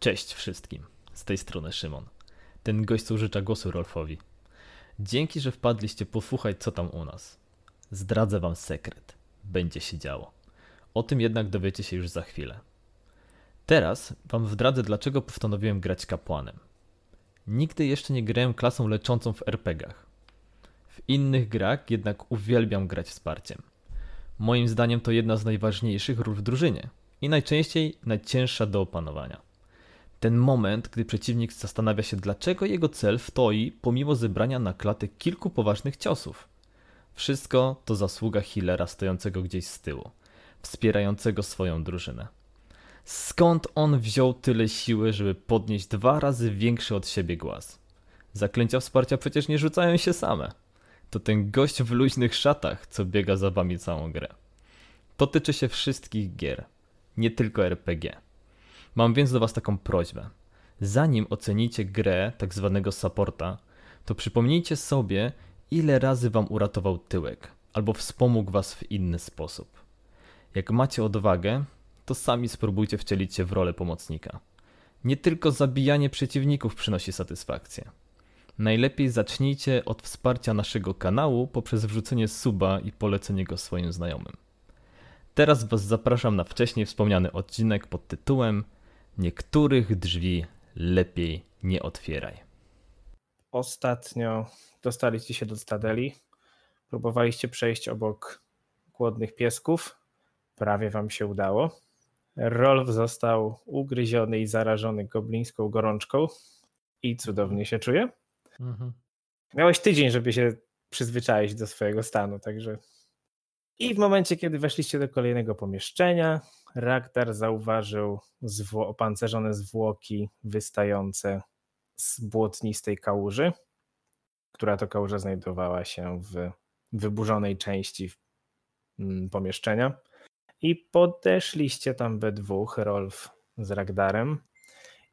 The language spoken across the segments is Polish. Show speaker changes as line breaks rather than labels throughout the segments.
Cześć wszystkim. Z tej strony Szymon. Ten gość co użycza głosu Rolfowi. Dzięki, że wpadliście posłuchać co tam u nas. Zdradzę wam sekret. Będzie się działo. O tym jednak dowiecie się już za chwilę. Teraz wam zdradzę dlaczego postanowiłem grać kapłanem. Nigdy jeszcze nie grałem klasą leczącą w RPGach. W innych grach jednak uwielbiam grać wsparciem. Moim zdaniem to jedna z najważniejszych ról w drużynie i najczęściej najcięższa do opanowania. Ten moment, gdy przeciwnik zastanawia się, dlaczego jego cel wtoi pomimo zebrania na klatę kilku poważnych ciosów. Wszystko to zasługa healera stojącego gdzieś z tyłu, wspierającego swoją drużynę. Skąd on wziął tyle siły, żeby podnieść dwa razy większy od siebie głaz? Zaklęcia wsparcia przecież nie rzucają się same. To ten gość w luźnych szatach, co biega za wami całą grę. To tyczy się wszystkich gier, nie tylko RPG. Mam więc do Was taką prośbę. Zanim ocenicie grę tak zwanego supporta, to przypomnijcie sobie, ile razy Wam uratował tyłek, albo wspomógł Was w inny sposób. Jak macie odwagę, to sami spróbujcie wcielić się w rolę pomocnika. Nie tylko zabijanie przeciwników przynosi satysfakcję. Najlepiej zacznijcie od wsparcia naszego kanału poprzez wrzucenie suba i polecenie go swoim znajomym. Teraz Was zapraszam na wcześniej wspomniany odcinek pod tytułem Niektórych drzwi lepiej nie otwieraj.
Ostatnio dostaliście się do Stadeli, próbowaliście przejść obok głodnych piesków, prawie wam się udało. Rolf został ugryziony i zarażony goblińską gorączką i cudownie się czuje.
Mhm.
Miałeś tydzień, żeby się przyzwyczaić do swojego stanu, także. I w momencie, kiedy weszliście do kolejnego pomieszczenia, Ragdar zauważył zwło- opancerzone zwłoki wystające z błotnistej kałuży, która to kałuża znajdowała się w wyburzonej części mm, pomieszczenia. I podeszliście tam we dwóch, Rolf z Ragdarem.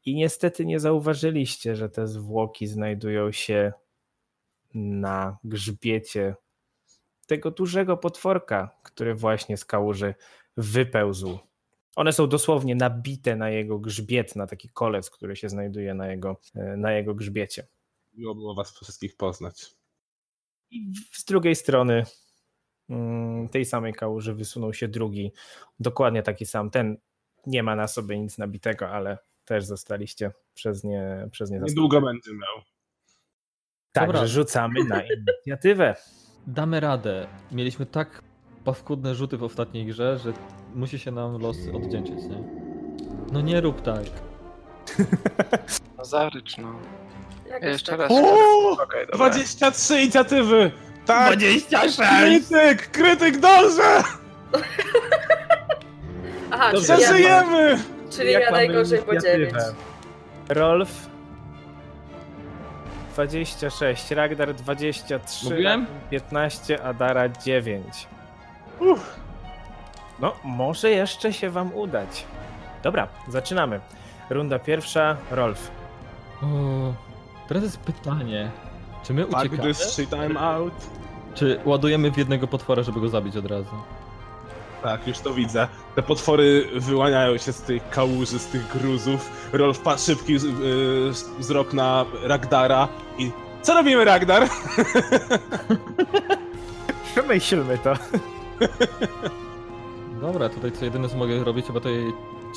I niestety nie zauważyliście, że te zwłoki znajdują się na grzbiecie tego dużego potworka, który właśnie z kałuży wypełzł. One są dosłownie nabite na jego grzbiet, na taki kolec, który się znajduje na jego, e, na jego grzbiecie.
Miło było was wszystkich poznać.
I z drugiej strony mm, tej samej kałuży wysunął się drugi, dokładnie taki sam. Ten nie ma na sobie nic nabitego, ale też zostaliście przez nie, przez nie zaskoczeni.
Niedługo będzie miał.
Dobra.
Także rzucamy na inicjatywę.
Damy radę. Mieliśmy tak paskudne rzuty w ostatniej grze, że musi się nam los oddzięczyć, nie? No nie rób tak.
No zarycz, no.
Jak
Jeszcze
tak?
raz.
O!
Okej, dobra.
23 inicjatywy! Tak!
26!
Krytyk! Krytyk dobrze!
Aha,
Dobrze,
czyli, ja,
Przeżyjemy!
czyli ja
mamy
najgorzej po
inicjatywę?
9.
Rolf 26, Ragnar 23,
Mówiłem?
15, Adara 9.
Uff.
No, może jeszcze się wam udać. Dobra, zaczynamy. Runda pierwsza, Rolf.
O, Teraz jest pytanie. Czy my
Tak,
uciekamy?
this shit time out.
Czy ładujemy w jednego potwora, żeby go zabić od razu?
Tak, już to widzę. Te potwory wyłaniają się z tych kałuży, z tych gruzów. Rolf patrzy szybki yy, wzrok na Ragdara i... Co robimy, Ragdar?
Przemyślmy to.
Dobra, tutaj co jedyne co mogę zrobić, chyba to je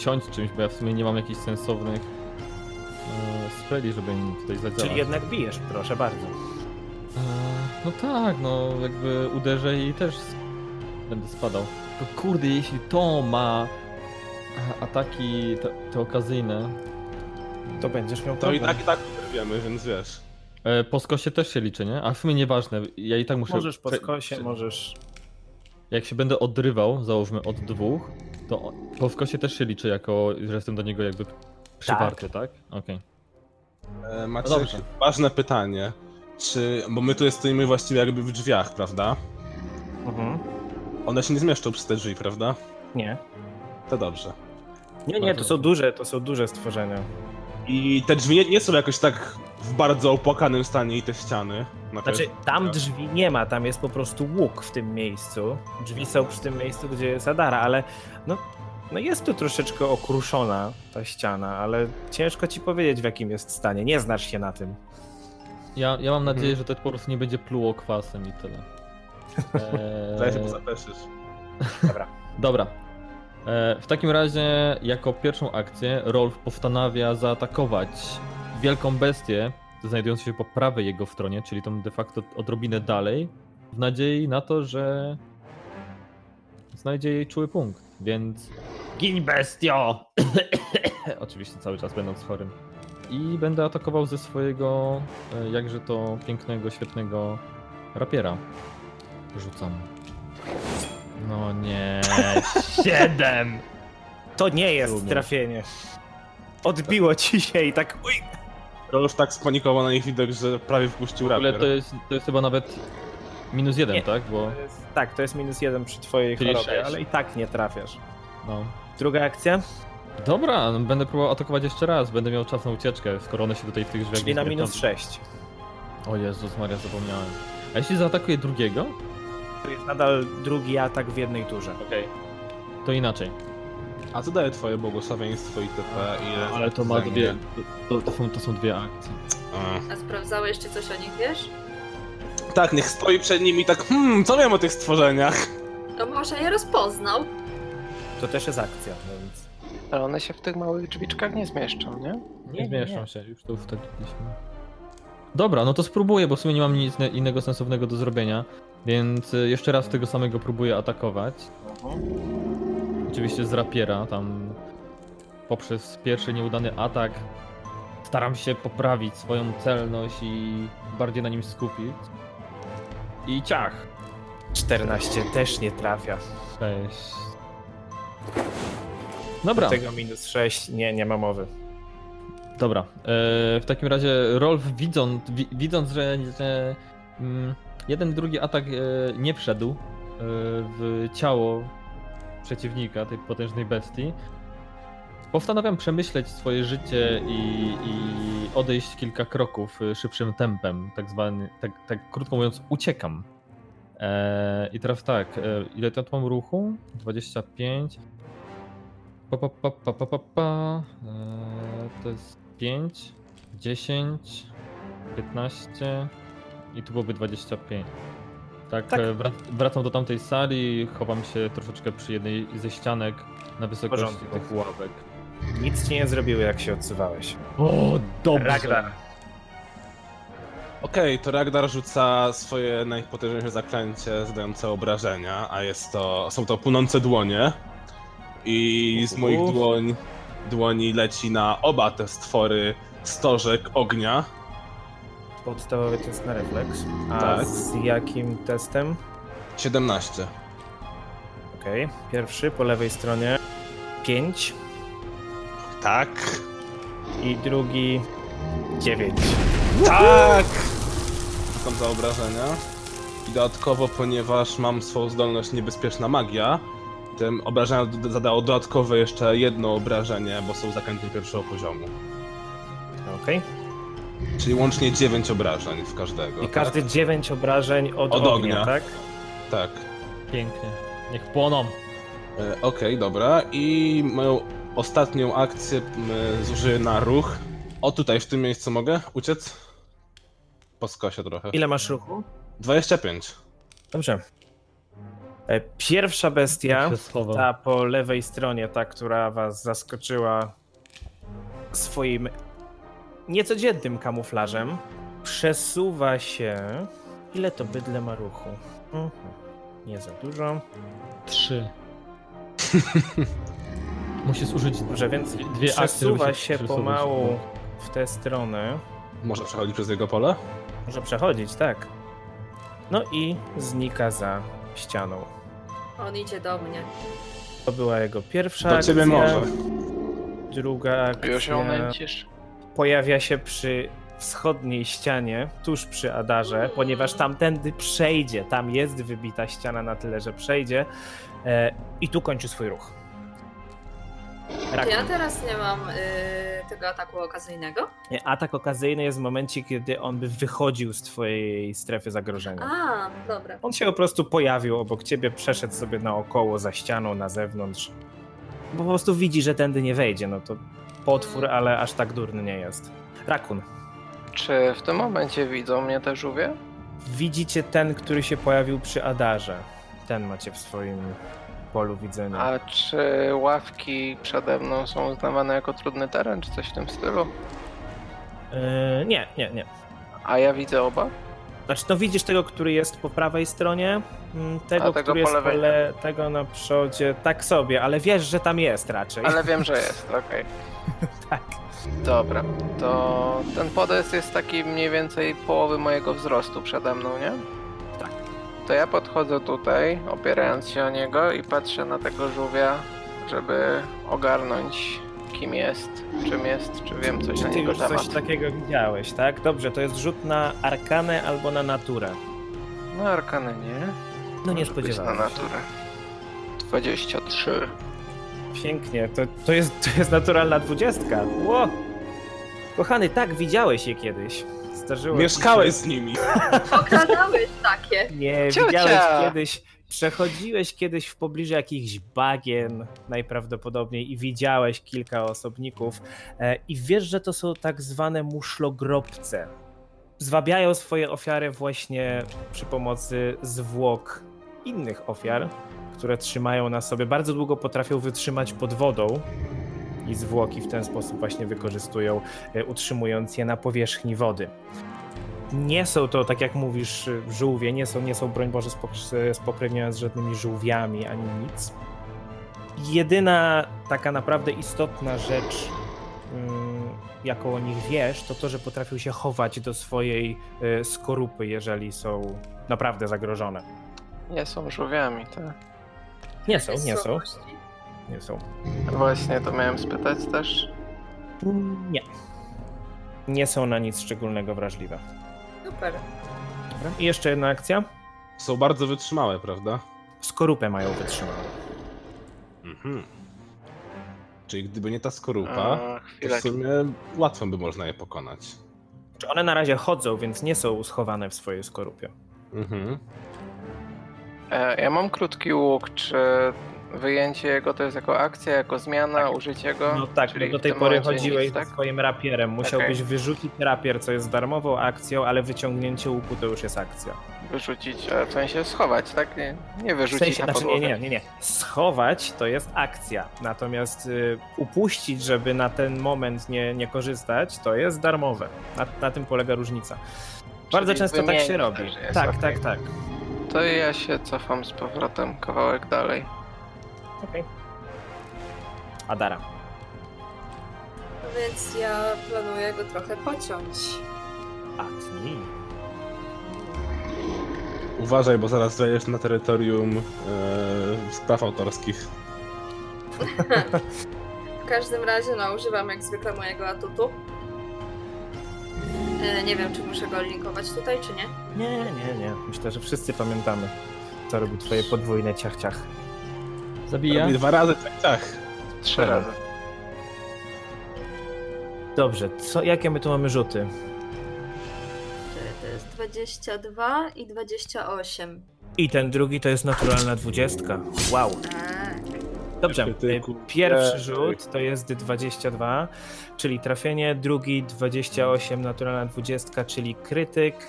ciąć czymś, bo ja w sumie nie mam jakichś sensownych e, speli, żeby im tutaj zadziałać.
Czyli jednak bijesz, proszę bardzo.
Eee, No tak, no jakby uderzę i też s- będę spadał. Tylko kurde, jeśli to ma a- ataki te, te okazyjne.
To będziesz miał
To i
problem.
tak, i tak wiemy, więc wiesz.
E, po skosie też się liczy, nie? A w sumie nieważne, ja i tak muszę...
Możesz po
prze-
skosie,
prze-
możesz...
Jak się będę odrywał, załóżmy od dwóch, to o- po skosie też się liczy jako, że jestem do niego jakby przyparty, tak? Okej.
E, Macie
No dobrze.
ważne pytanie. Czy... Bo my tu stoimy właściwie jakby w drzwiach, prawda?
Mhm.
One się nie zmieszczą przez te drzwi, prawda?
Nie.
To dobrze.
Nie, nie, to są duże, to są duże stworzenia.
I te drzwi nie, nie są jakoś tak w bardzo opłakanym stanie i te ściany. Na
Znaczy,
pewno.
tam drzwi nie ma, tam jest po prostu łuk w tym miejscu. Drzwi są przy tym miejscu, gdzie jest Adara, ale no No jest tu troszeczkę okruszona ta ściana, ale ciężko ci powiedzieć w jakim jest stanie. Nie znasz się na tym.
Ja, ja mam nadzieję,
Mhm.
że to po prostu nie będzie pluło kwasem i tyle.
Zaraz się
Eee,
pozapeszysz.
dobra. Eee, w takim razie, jako pierwszą akcję, Rolf postanawia zaatakować wielką bestię, znajdującą się po prawej jego stronie, czyli tą de facto odrobinę dalej, w nadziei na to, że znajdzie jej czuły punkt. Więc. Gin bestio! Oczywiście cały czas będąc chorym. I będę atakował ze swojego e, jakże to pięknego, świetnego rapiera. Rzucam. No nie. Siedem!
To nie jest
Rozumiem.
trafienie. Odbiło ci się i tak. Uj,
Rolf tak spanikował na ich widok, że prawie wpuścił
W ogóle
rapier.
to jest, to jest chyba nawet minus jeden,
Nie.
tak? Bo.
to jest- tak, to jest minus jeden przy twojej
Czyli
chorobie,
sześć.
ale i tak nie trafiasz.
No.
Druga akcja,
Dobra, no będę próbował atakować jeszcze raz. Będę miał czas na ucieczkę, skoro one się tutaj w tych drzwiach
czyli na minus
zamykają.
6.
O Jezus Maria, zapomniałem. A jeśli zaatakuję drugiego,
To jest nadal drugi atak w jednej turze.
Okej. To inaczej.
A co daje twoje błogosławieństwo itp. Ile
Ale to ma
za
dwie.
nie?
To, to, są, to są dwie akcje.
A.
A sprawdzałeś, czy coś o nich wiesz?
Tak, niech stoi przed nim i tak, hmm, co wiem o tych stworzeniach?
To może je rozpoznał.
To też jest akcja, więc.
Ale one się w tych małych drzwiczkach nie zmieszczą, nie?
Nie zmieszczą się, już to ustaliliśmy. Dobra, no to spróbuję, bo w sumie nie mam nic innego sensownego do zrobienia. Więc y, jeszcze raz tego samego próbuję atakować. Oczywiście z rapiera, tam poprzez pierwszy nieudany atak staram się poprawić swoją celność i bardziej na nim skupić. I ciach!
14 też nie trafia.
Cześć. Dobra.
Tego minus 6, nie, nie ma mowy.
Dobra. e, W takim razie Rolf widząc, wi- widząc że, że mm, jeden drugi atak e, nie wszedł e, w ciało przeciwnika, tej potężnej bestii, postanawiam przemyśleć swoje życie i, i odejść kilka kroków e, szybszym tempem, tak zwany, tak, tak krótko mówiąc, uciekam. E, I teraz tak, e, ile to mam ruchu? 25. Pa, pa, pa, pa, pa, pa, pa. Eee, to jest 5, 10, 15 i tu byłoby 25. Tak,
Tak.
e, wrac- wracam do tamtej sali, chowam się troszeczkę przy jednej ze ścianek na wysokości
porządku.
tych ławek.
Nic ci nie zrobiły, jak się odsuwałeś.
O, dobrze!
Ragnar.
Okej, to Ragnar rzuca swoje najpotężniejsze zaklęcie zadające obrażenia, a jest to, są to płynące dłonie. I z moich
Uf.
dłoń, dłoni leci na oba te stwory stożek ognia.
Podstawowy test na refleks. A
Tak.
z jakim testem?
17.
Okej, pierwszy po lewej stronie 5
Tak.
i drugi 9.
Tak! Są za obrażenia. I dodatkowo, ponieważ mam swoją zdolność niebezpieczna magia, tym obrażenia d- zadało dodatkowe jeszcze jedno obrażenie, bo są zakręty pierwszego poziomu.
Okej.
Czyli łącznie 9 obrażeń w każdego.
I każdy 9 obrażeń No tak. od,
Od
ognia,
ognia.
tak?
Tak. tak.
Pięknie. Niech płoną.
E, Okej, dobra. I moją ostatnią akcję m, zużyję na ruch. O, tutaj, w tym miejscu mogę uciec? Po skosie trochę.
Ile masz ruchu?
25.
Dobrze. E, Pierwsza bestia,
Się schował.
ta po lewej stronie, ta, która was zaskoczyła swoim niecodziennym kamuflażem, przesuwa się. Ile to bydle ma ruchu? Mhm. Nie za dużo.
Trzy. Musi zużyć
Dobrze, więc
dwie dwie akcje.
przesuwa
żeby
się
przesuwać.
pomału w tę stronę.
Może przechodzi przez jego pole?
Może przechodzić, tak. No i znika za ścianą.
On idzie do mnie.
To była jego pierwsza
Do
akcja.
ciebie może.
Druga
Już ją
akcja
nęcisz.
pojawia się przy wschodniej ścianie, tuż przy Adarze, ponieważ tamtędy przejdzie. Tam jest wybita ściana na tyle, że przejdzie. E, I tu kończy swój ruch.
To ja
Ragnar.
teraz nie mam y, tego ataku okazyjnego.
Nie, Atak okazyjny jest w momencie, kiedy on by wychodził z twojej strefy zagrożenia.
A, dobra.
On się po prostu pojawił obok ciebie, przeszedł sobie naokoło, za ścianą, na zewnątrz. bo po prostu widzi, że tędy nie wejdzie. No to potwór, ale aż tak durny nie jest. Rakun.
Czy w tym momencie widzą mnie te żółwie?
Widzicie ten, który się pojawił przy Adarze. Ten macie w swoim polu widzenia.
A czy ławki przede mną są uznawane jako trudny teren, czy coś w tym stylu?
Yy, nie, nie, nie.
A ja widzę oba?
Znaczy, no widzisz tego, który jest po prawej stronie, mm, tego,
A tego
który
po
jest
lewej? tak.
po le... tego na przodzie, tak sobie, ale wiesz, że tam jest raczej.
Ale wiem, że jest, okej.
Tak.
Dobra, to ten podest jest taki mniej więcej połowy mojego wzrostu przede mną, nie?
Tak.
To ja podchodzę tutaj, opierając się o niego i patrzę na tego żółwia, żeby ogarnąć kim jest, czym jest, czy wiem coś
Czy
na
ty
niego
już
temat.
coś takiego widziałeś, tak? Dobrze, to jest rzut na arkanę albo na naturę.
No arkany nie.
No nie
Może być
spodziewałem
na
się.
naturę. 23.
Pięknie, to, to, jest, to jest naturalna dwudziestka. Ło! Kochany, tak, widziałeś je kiedyś. Zdarzyło ci się-
Mieszkałeś z nimi.
Okradałeś takie.
Nie,
Ciocia!
widziałeś kiedyś, przechodziłeś kiedyś w pobliżu jakichś bagien najprawdopodobniej i widziałeś kilka osobników e, i wiesz, że to są tak zwane muszlogrobce. Zwabiają swoje ofiary właśnie przy pomocy zwłok innych ofiar, które trzymają na sobie. Bardzo długo potrafią wytrzymać pod wodą i zwłoki w ten sposób właśnie wykorzystują, e, utrzymując je na powierzchni wody nie są to, tak jak mówisz, żółwie, nie są, nie są broń Boże, spok- spokrewnione z żadnymi żółwiami ani nic. Jedyna taka naprawdę istotna rzecz, mm, jaką o nich wiesz, to to, że potrafią się chować do swojej y, skorupy, jeżeli są naprawdę zagrożone.
Nie są żółwiami, tak.
Nie są, nie są,
Słabości.
nie są.
Właśnie to miałem spytać też.
Nie. Nie są na nic szczególnego wrażliwe.
Super.
Dobra. I jeszcze jedna akcja.
Są bardzo wytrzymałe, prawda?
Skorupę mają wytrzymaną.
Mhm. Czyli gdyby nie ta skorupa,
A,
to w
chwileczkę.
sumie łatwo by można je pokonać.
Czy one na razie chodzą, więc nie są schowane w swojej skorupie.
Mhm.
E, Ja mam krótki łuk, czy wyjęcie jego to jest jako akcja, jako zmiana, użycie go?
No tak,
Czyli
bo do
w
tej
tym
pory
momencie
chodziłeś
nic, tak?
z swoim rapierem. Musiałbyś wyrzucić rapier, co jest darmową akcją, ale wyciągnięcie łuku to już jest akcja.
Wyrzucić, ale w sensie schować, tak? Nie, nie
W
wyrzucić
sensie,
na
znaczy nie,
podłogę.
nie, nie, nie. Schować to jest akcja, natomiast y, upuścić, żeby na ten moment nie, nie korzystać, to jest darmowe. Na, na tym polega różnica. Bardzo
Czyli
często tak się
wymienić
robi.
też jest,
Tak,
okej.
tak, tak.
To ja się cofam z powrotem kawałek dalej.
Okej. Adara.
Więc ja planuję go trochę pociąć.
Atni.
Uważaj, bo zaraz wejdziesz na terytorium e, spraw autorskich.
W każdym razie, no, używam jak zwykle mojego atutu. E, Nie wiem, czy muszę go linkować tutaj, czy nie.
Nie, nie, nie. Myślę, że wszyscy pamiętamy, co robi twoje podwójne ciach-ciach.
Zabija.
Robi dwa razy tak, tak.
Trzy
Dobra.
razy.
Dobrze, co, jakie my tu mamy rzuty?
Czyli to jest 22 i 28.
I ten drugi to jest naturalna dwudziestka. Wow.
Tak.
Dobrze, Y,
Tyku.
pierwszy rzut to jest 22, czyli trafienie, drugi 28, naturalna dwudziestka, czyli krytyk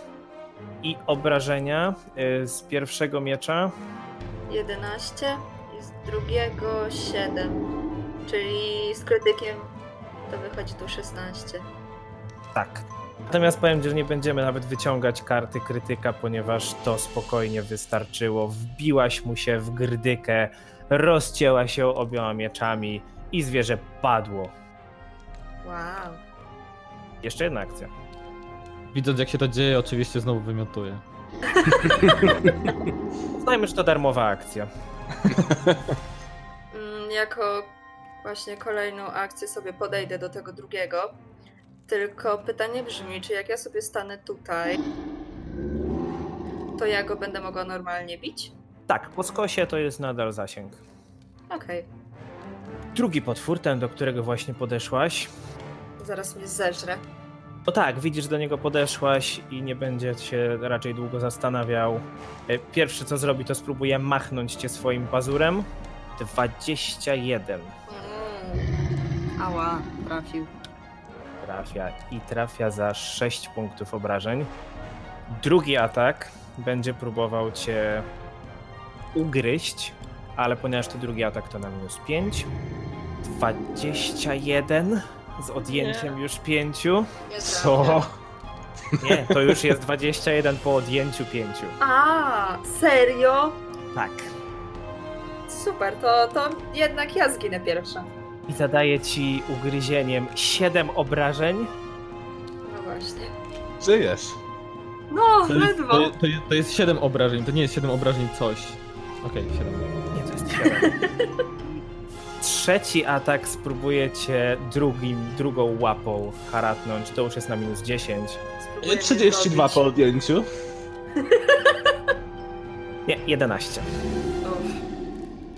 i obrażenia y, z pierwszego miecza.
11 i z drugiego 7. Czyli z krytykiem to wychodzi tu 16.
Tak. Natomiast powiem, że nie będziemy nawet wyciągać karty krytyka, ponieważ to spokojnie wystarczyło. Wbiłaś mu się w grdykę, rozcięła się obiema mieczami i zwierzę padło.
Wow.
Jeszcze jedna akcja.
Widząc jak się to dzieje, oczywiście znowu wymiotuje.
Uznajmy, że to darmowa akcja.
Mm, Jako właśnie kolejną akcję sobie podejdę do tego drugiego. Tylko pytanie brzmi, czy jak ja sobie stanę tutaj, to ja go będę mogła normalnie bić?
Tak, po skosie to jest nadal zasięg.
Okej,
Drugi potwór, ten do którego właśnie podeszłaś.
zaraz mnie zeżre.
O tak, widzisz, do niego podeszłaś i nie będzie się raczej długo zastanawiał. E, Pierwsze co zrobi, to spróbuje machnąć cię swoim pazurem. 21.
Mm. Ała, trafił.
Trafia i trafia za 6 punktów obrażeń. Drugi atak będzie próbował cię ugryźć, ale ponieważ to drugi atak to na minus 5. 21 z odjęciem już 5.
Nie
Co?
Nie, to już jest 21 po odjęciu 5.
A, serio?
Tak.
Super, to, to jednak ja zginę pierwsza.
I zadaje ci ugryzieniem 7 obrażeń.
No właśnie.
Żyjesz.
No,
To jest,
ledwo.
to, to, jest, to jest 7 obrażeń, to nie jest 7 obrażeń coś. Okej, siedem.
Nie, to jest 7. Trzeci atak spróbujecie drugim, drugą łapą haratnąć. To już jest na minus 10.
Spróbuję
32 po
zrobić.
odjęciu.
Nie, 11.
Uff.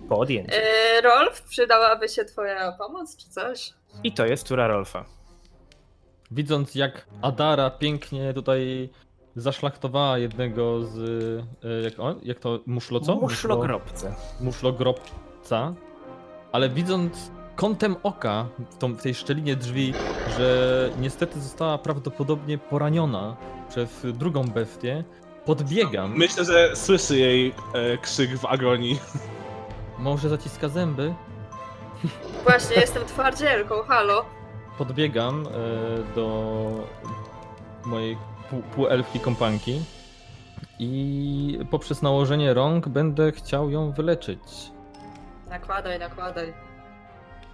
Po odjęciu.
Yy, Rolf, przydałaby się twoja pomoc czy coś?
I to jest tura Rolfa.
Widząc jak Adara pięknie tutaj zaszlachtowała jednego z. y, Jak, on, jak to? Muszloco?
Muszlogrobce.
muszlogrobca, ale widząc kątem oka w, tą, w tej szczelinie drzwi, że niestety została prawdopodobnie poraniona przez drugą bestię, podbiegam.
Myślę, że słyszy jej e, krzyk w agonii.
Może zaciska zęby?
Właśnie, jestem twardzielką, halo.
Podbiegam e, do mojej pół, półelfki kompanki i poprzez nałożenie rąk będę chciał ją wyleczyć.
Nakładaj, nakładaj.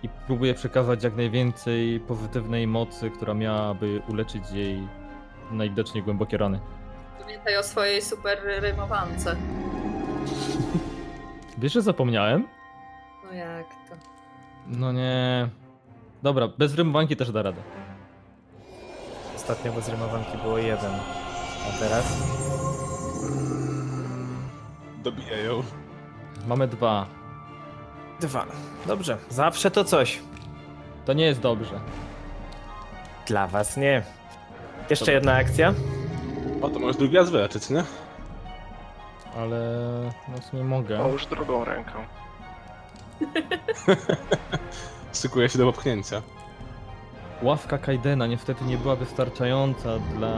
i próbuję przekazać jak najwięcej pozytywnej mocy, która miałaby uleczyć jej najwidoczniej głębokie rany.
Pamiętaj o swojej super rymowance.
Wiesz, że zapomniałem?
No jak to?
No nie. Dobra, bez rymowanki też da radę.
Ostatnio bez rymowanki było 1. A teraz?
Dobija ją.
Mamy dwa.
2. Dobrze. Zawsze to coś.
To nie jest dobrze.
Dla was nie. Jeszcze jedna akcja.
O, to możesz drugi raz wyleczyć, nie?
Ale no w sumie mogę.
Połóż drugą ręką.
Szykuje się do popchnięcia.
Ławka Kaidena niestety nie była wystarczająca dla,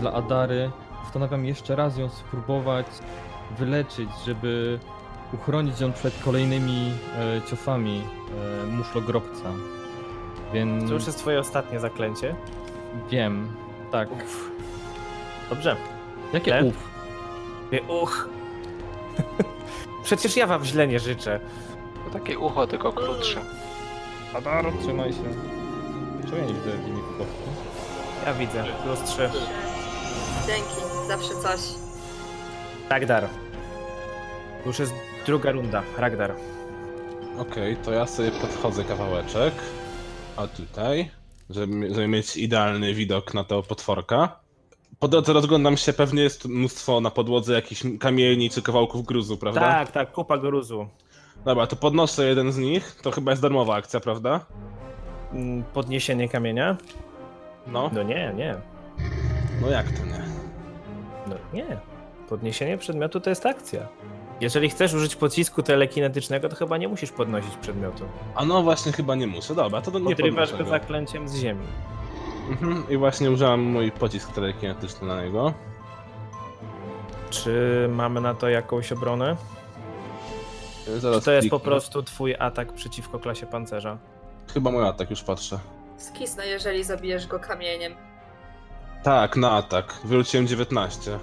dla Adary. Postanawiam jeszcze raz ją spróbować wyleczyć, żeby uchronić ją przed kolejnymi e, ciosami e, muszlogrobca. Więc...
To już jest twoje ostatnie zaklęcie.
Wiem, tak.
Dobrze.
Jakie
Lew?
uf?
Wie- Uch. Przecież ja wam źle nie życzę.
To takie ucho, tylko krótsze.
Adaro, trzymaj się. Czemu ja nie widzę limitu kostki?
Ja widzę. Plus 3.
Dzięki, zawsze coś.
Ragdar. Już jest druga runda. Ragdar.
Okej, to ja sobie podchodzę kawałeczek. A tutaj, żeby, żeby mieć idealny widok na tego potworka. Po drodze rozglądam się, pewnie jest mnóstwo na podłodze jakichś kamieni czy kawałków gruzu, prawda?
Tak, tak, kupa gruzu.
Dobra, to podnoszę jeden z nich. To chyba jest darmowa akcja, prawda?
Mm, Podniesienie kamienia?
No,
No nie, nie.
no jak to nie?
No nie. Podniesienie przedmiotu to jest akcja. Jeżeli chcesz użyć pocisku telekinetycznego, to chyba nie musisz podnosić przedmiotu.
A no właśnie, chyba nie muszę. Dobra, to nie
Odrywasz
podnoszę
go
go.
zaklęciem z ziemi.
Mhm, I właśnie użyłam mój pocisk telekinetyczny na niego.
Czy mamy na to jakąś obronę? Czy
Yy, Zaraz
to jest po
kliknę.
prostu twój atak przeciwko klasie pancerza?
Chyba mój atak, już patrzę.
Skisnę, jeżeli zabijesz go kamieniem.
Tak, na atak. Wyrzuciłem 19.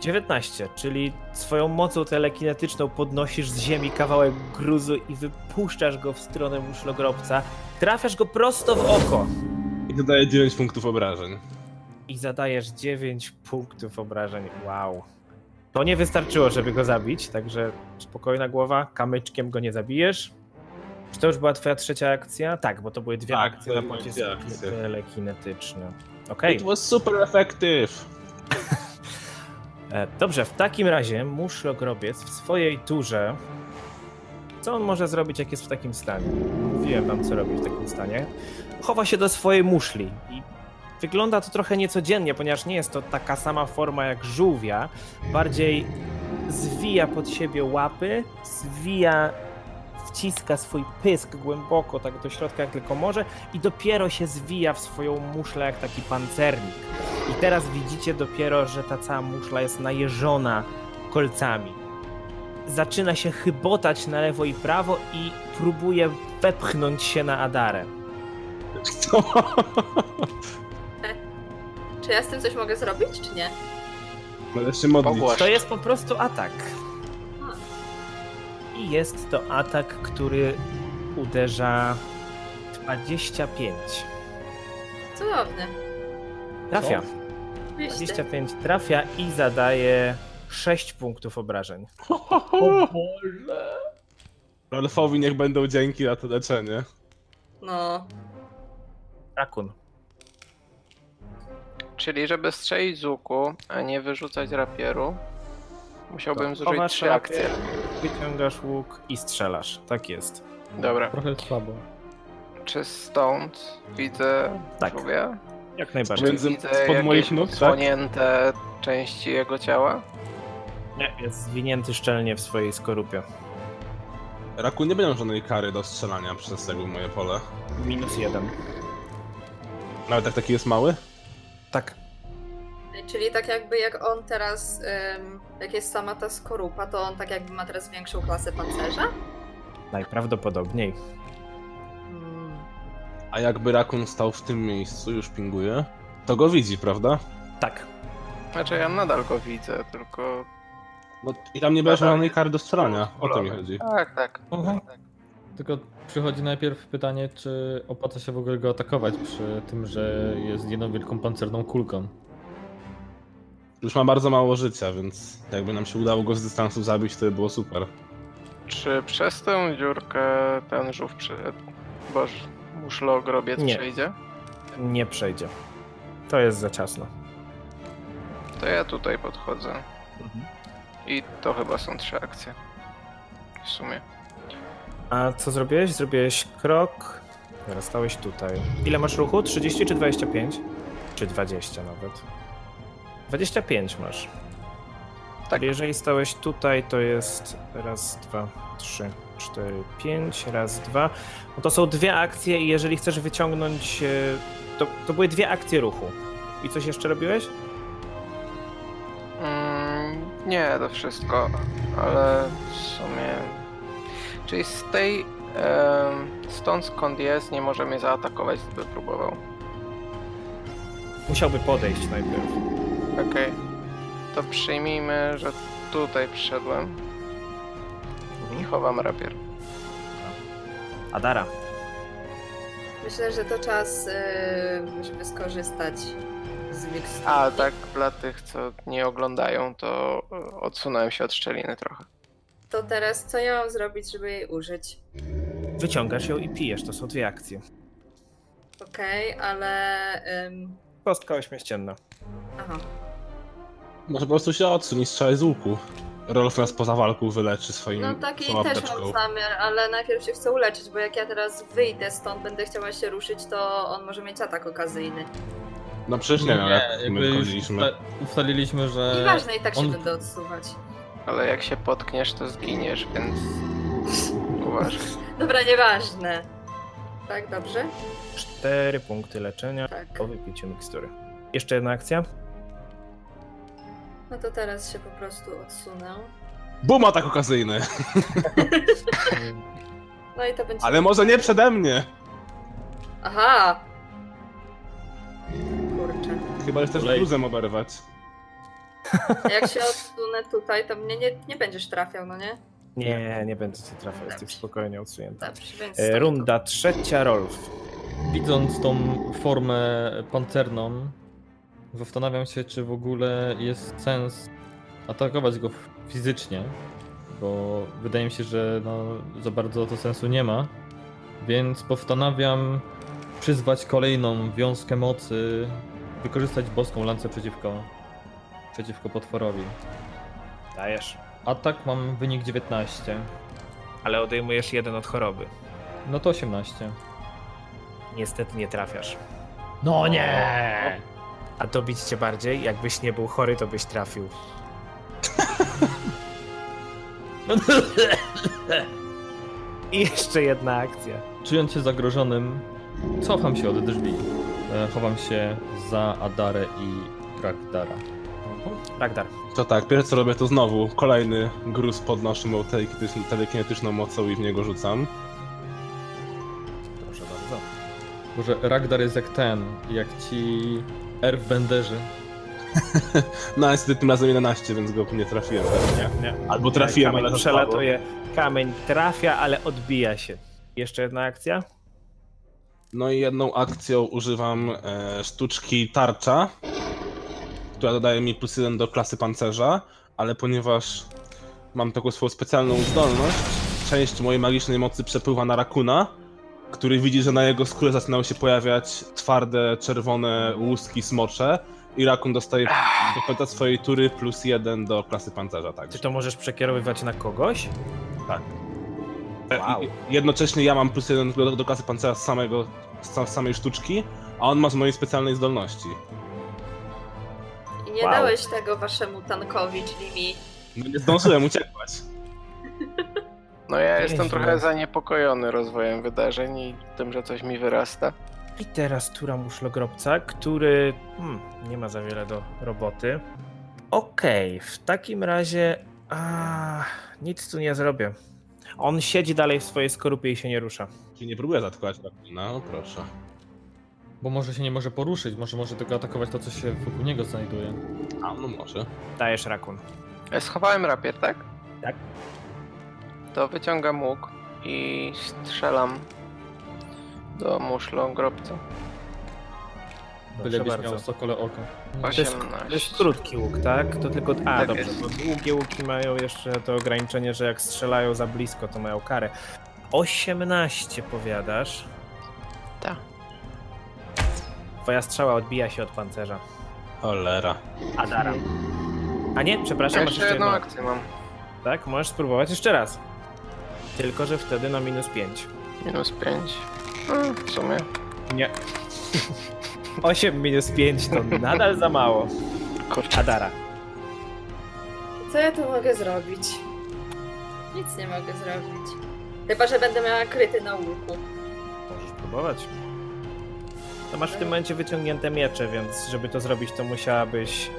19, czyli swoją mocą telekinetyczną podnosisz z ziemi kawałek gruzu i wypuszczasz go w stronę muszlogrobca. Trafiasz go prosto w oko
I dodaję 9 punktów obrażeń.
i zadajesz 9 punktów obrażeń. Wow. To nie wystarczyło, żeby go zabić, także spokojna głowa, kamyczkiem go nie zabijesz. Czy to już była twoja trzecia akcja? Tak, bo to były dwie
Tak,
akcje
to
na
były dwie
pocisk
akcje.
telekinetyczne. Okej.
It was super effective.
E, Dobrze, w takim razie muszlogrobiec w swojej turze. Co on może zrobić, jak jest w takim stanie? Mówiłem wam, co robić w takim stanie. Chowa się do swojej muszli i wygląda to trochę niecodziennie, ponieważ nie jest to taka sama forma jak żółwia. Bardziej zwija pod siebie łapy, zwija w wciska swój pysk głęboko, tak do środka jak tylko może i dopiero się zwija w swoją muszlę jak taki pancernik. I teraz widzicie dopiero, że ta cała muszla jest najeżona kolcami. Zaczyna się chybotać na lewo i prawo i próbuje wepchnąć się na Adarę.
Co?
Czy ja z tym coś mogę zrobić, czy nie?
Będę się modlić.
Pogłasz.
To jest po prostu atak. I jest to atak, który uderza 25.
Cudowny.
Trafia.
Oczywiście.
25 trafia i zadaje 6 punktów obrażeń.
Rolfowi niech będą dzięki za to leczenie.
No.
Rakun.
Czyli żeby strzelić z łuku, a nie wyrzucać rapieru, musiałbym zużyć
Chowasz
trzy akcje.
rakiet, Wyciągasz łuk i strzelasz. Tak jest.
Dobra.
Trochę słabo.
Czy stąd widzę
Tak,
żółwia?
jak
Czy
najbardziej.
Między-
widzę
spod
jakieś
moich nóg, tak?
odsłonięte części jego ciała?
Nie, Jest zwinięty szczelnie w swojej skorupie.
Raku nie będą żadnej kary do strzelania przez tego moje pole.
Minus jeden.
Nawet jak taki jest mały?
Tak.
Czyli tak jakby jak on teraz, ym, jak jest sama ta skorupa, to on tak jakby ma teraz większą klasę pancerza?
Najprawdopodobniej.
Mm.
A jakby Rakun stał w tym miejscu, już pinguje, to go widzi, prawda?
Tak.
Znaczy ja nadal go widzę, tylko...
No i tam nie
Tak,
będzie
tak.
żadnej kary do strzelania. O to mi chodzi.
Tak, tak.
Mhm.
tak.
Tylko przychodzi najpierw pytanie, czy opłaca się w ogóle go atakować przy tym, że jest jedną wielką pancerną kulką.
Już ma bardzo mało życia, więc jakby nam się udało go z dystansu zabić, to by było super.
Czy przez tę dziurkę ten żółw przy... Boże, muszlogrobiec
Nie.
przejdzie?
Nie przejdzie. To jest za ciasno.
To ja tutaj podchodzę.
Mhm.
I to chyba są trzy akcje. W sumie.
A co zrobiłeś? Zrobiłeś krok. Teraz stałeś tutaj. Ile masz ruchu? 30 czy 25? Czy 20 nawet? 25 masz.
Tak.
Jeżeli stałeś tutaj, to jest raz, dwa, trzy, cztery, pięć, raz, dwa. No to są dwie akcje i jeżeli chcesz wyciągnąć... e, To, to były dwie akcje ruchu. I coś jeszcze robiłeś?
Mm, nie, to wszystko, ale w sumie. Czyli z tej. em, stąd skąd jest, nie może mnie zaatakować, gdyby próbował.
Musiałby podejść najpierw.
Okej. To przyjmijmy, że tutaj przyszedłem i chowam rapier.
Adara.
Myślę, że to czas, ym, żeby skorzystać z mikstu.
A tak, dla tych, co nie oglądają, to e, odsunąłem się od szczeliny trochę.
To teraz co ja mam zrobić, żeby jej użyć?
Wyciągasz ją i pijesz, to są dwie akcje.
Okej, ale... ym,
Kostka ośmieścienna.
aha.
Może po prostu się odsuń i strzelaj z łuku. Rolf nas poza walką wyleczy swoim
No taki
swoją
też
apteczką.
mam zamiar, ale najpierw się chcę uleczyć, bo jak ja teraz wyjdę stąd, będę chciała się ruszyć, to on może mieć atak okazyjny.
No przecież nie, no jak my wychodziliśmy.
usta- ustaliliśmy, że...
Nieważne, i tak się
E, on-
będę odsuwać.
Ale jak się potkniesz, to zginiesz, więc. Uważaj.
Dobra, nieważne. Tak, dobrze?
Cztery punkty leczenia
Tak.
po wypiciu mikstury. Jeszcze jedna akcja.
No to teraz się po prostu odsunę.
Bum, atak tak okazyjny!
No i to będzie...
Ale może nie przede mnie!
Aha! Kurczę.
Chyba już też
Olej.
bluzem oberwać.
Jak się odsunę tutaj, to mnie nie, nie będziesz trafiał, no nie?
Nie, nie będę cię trafiał, jesteś spokojnie odsunięta.
Dobrze, więc...
E, Runda trzecia, Rolf.
Widząc tą formę pancerną, zastanawiam się, czy w ogóle jest sens atakować go fizycznie, bo wydaje mi się, że no, za bardzo to sensu nie ma. Więc postanawiam przyzwać kolejną wiązkę mocy, wykorzystać boską lancę przeciwko, przeciwko potworowi.
Dajesz.
Atak mam wynik 19,
Ale odejmujesz jeden od choroby.
no to 18.
Niestety nie trafiasz.
No nie!
A dobić cię bardziej? Jakbyś nie był chory, to byś trafił. I jeszcze jedna akcja.
Czując się zagrożonym, cofam się od drzwi. E, Chowam się za Adarę i Ragdara.
Ragdar.
To tak, pierwsze co robię to znowu kolejny gruz podnoszę tą telekinetyczną, telekinetyczną mocą i w niego rzucam.
Proszę bardzo.
Może Ragdar jest jak ten, jak ci Earthbenderzy.
No niestety tym razem 11, więc go nie trafiłem pewnie.
Nie.
Albo trafiłem,
kamień
ale za słabo.
przelatuje. Kamień trafia, ale odbija się. Jeszcze jedna akcja.
No i jedną akcją używam e, sztuczki tarcza, która dodaje mi plus 1 do klasy pancerza, ale ponieważ mam taką swoją specjalną zdolność, część mojej magicznej mocy przepływa na rakuna, który widzi, że na jego skórze zaczynają się pojawiać twarde, czerwone łuski smocze i rakun dostaje do końca swojej tury plus 1 do klasy pancerza. Także.
Czy to możesz przekierowywać na kogoś?
E,
Wow.
i- Jednocześnie ja mam plus jeden do, do klasy pancera z, samego, z sa- samej sztuczki, a on ma z mojej specjalnej zdolności.
I nie
Wow.
dałeś tego waszemu tankowi, czyli mi.
No nie zdążyłem uciekać.
No ja jestem
Nieźle.
trochę zaniepokojony rozwojem wydarzeń i tym, że coś mi wyrasta.
I teraz Turam Uszlogrobca, który hmm, nie ma za wiele do roboty. Okej, w takim razie a, nic tu nie zrobię. On siedzi dalej w swojej skorupie i się nie rusza.
Czyli nie próbuję zaatakować Rakuna, no proszę.
Bo może się nie może poruszyć, może może tylko atakować to, co się wokół niego znajduje.
A, no może.
Dajesz rakun.
Ja E, schowałem rapier, tak?
Tak.
To wyciągam łuk i strzelam do muszlogrobca.
Proszę
Byle byś
bardzo.
miał sokole oko.
To jest,
18.
to jest krótki łuk, tak? To tylko. A,
Tak
dobrze.
jest.
Bo długie łuki mają jeszcze to ograniczenie, że jak strzelają za blisko, to mają karę. 18 powiadasz.
Tak.
Twoja strzała odbija się od pancerza.
Cholera.
Adara. A nie, przepraszam,
Ja
masz
jeszcze jedną
jedną.
akcję mam.
Tak, możesz spróbować jeszcze raz. Tylko, że wtedy na minus 5.
Minus 5. No, w sumie.
8 minus 5 to nadal za mało.
Kurczę.
Adara.
Co ja tu mogę zrobić? Nic nie mogę zrobić. Chyba, że będę miała kryty na łuku.
Możesz próbować. To masz w tym momencie wyciągnięte miecze, więc żeby to zrobić, to musiałabyś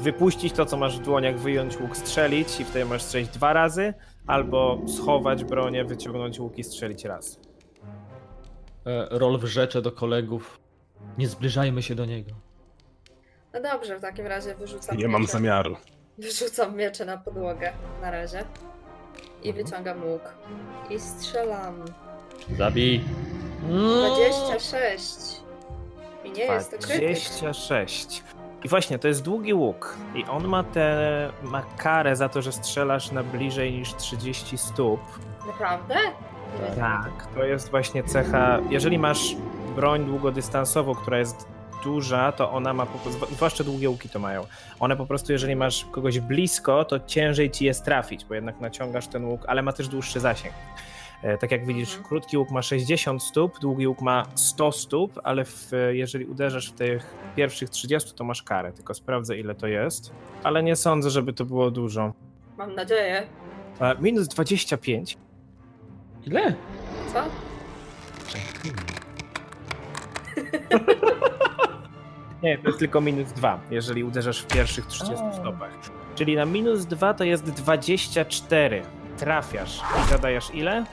wypuścić to, co masz w dłoniach, wyjąć łuk, strzelić i wtedy masz strzelić dwa razy, albo schować bronię, wyciągnąć łuk i strzelić raz.
E, Rolf rzecze do kolegów. Nie zbliżajmy się do niego.
No dobrze, w takim razie wyrzucam
Nie mam
miecze.
zamiaru.
Wyrzucam miecze na podłogę na razie. I
Mhm.
wyciągam łuk. I strzelam.
Zabij!
26. I nie jest to krytyk.
26. I właśnie, to jest długi łuk i on ma te ma karę za to, że strzelasz na bliżej niż 30 stóp.
Naprawdę?
Tak.
Tak, to jest właśnie cecha. Jeżeli masz broń długodystansową, która jest duża, to ona ma, po prostu- zwłaszcza długie łuki to mają. One po prostu, jeżeli masz kogoś blisko, to ciężej ci jest trafić, bo jednak naciągasz ten łuk, ale ma też dłuższy zasięg. E, Tak jak widzisz,
Mhm.
krótki łuk ma 60 stóp, długi łuk ma 100 stóp, ale w, jeżeli uderzasz w tych pierwszych 30, to masz karę. Tylko sprawdzę, ile to jest. Ale nie sądzę, żeby to było dużo.
Mam nadzieję.
E, Minus 25.
Ile?
Co?
Nie, to jest tylko minus 2, jeżeli uderzasz w pierwszych 30
O.
stopach. Czyli na minus 2 to jest 24. Trafiasz i zadajesz ile?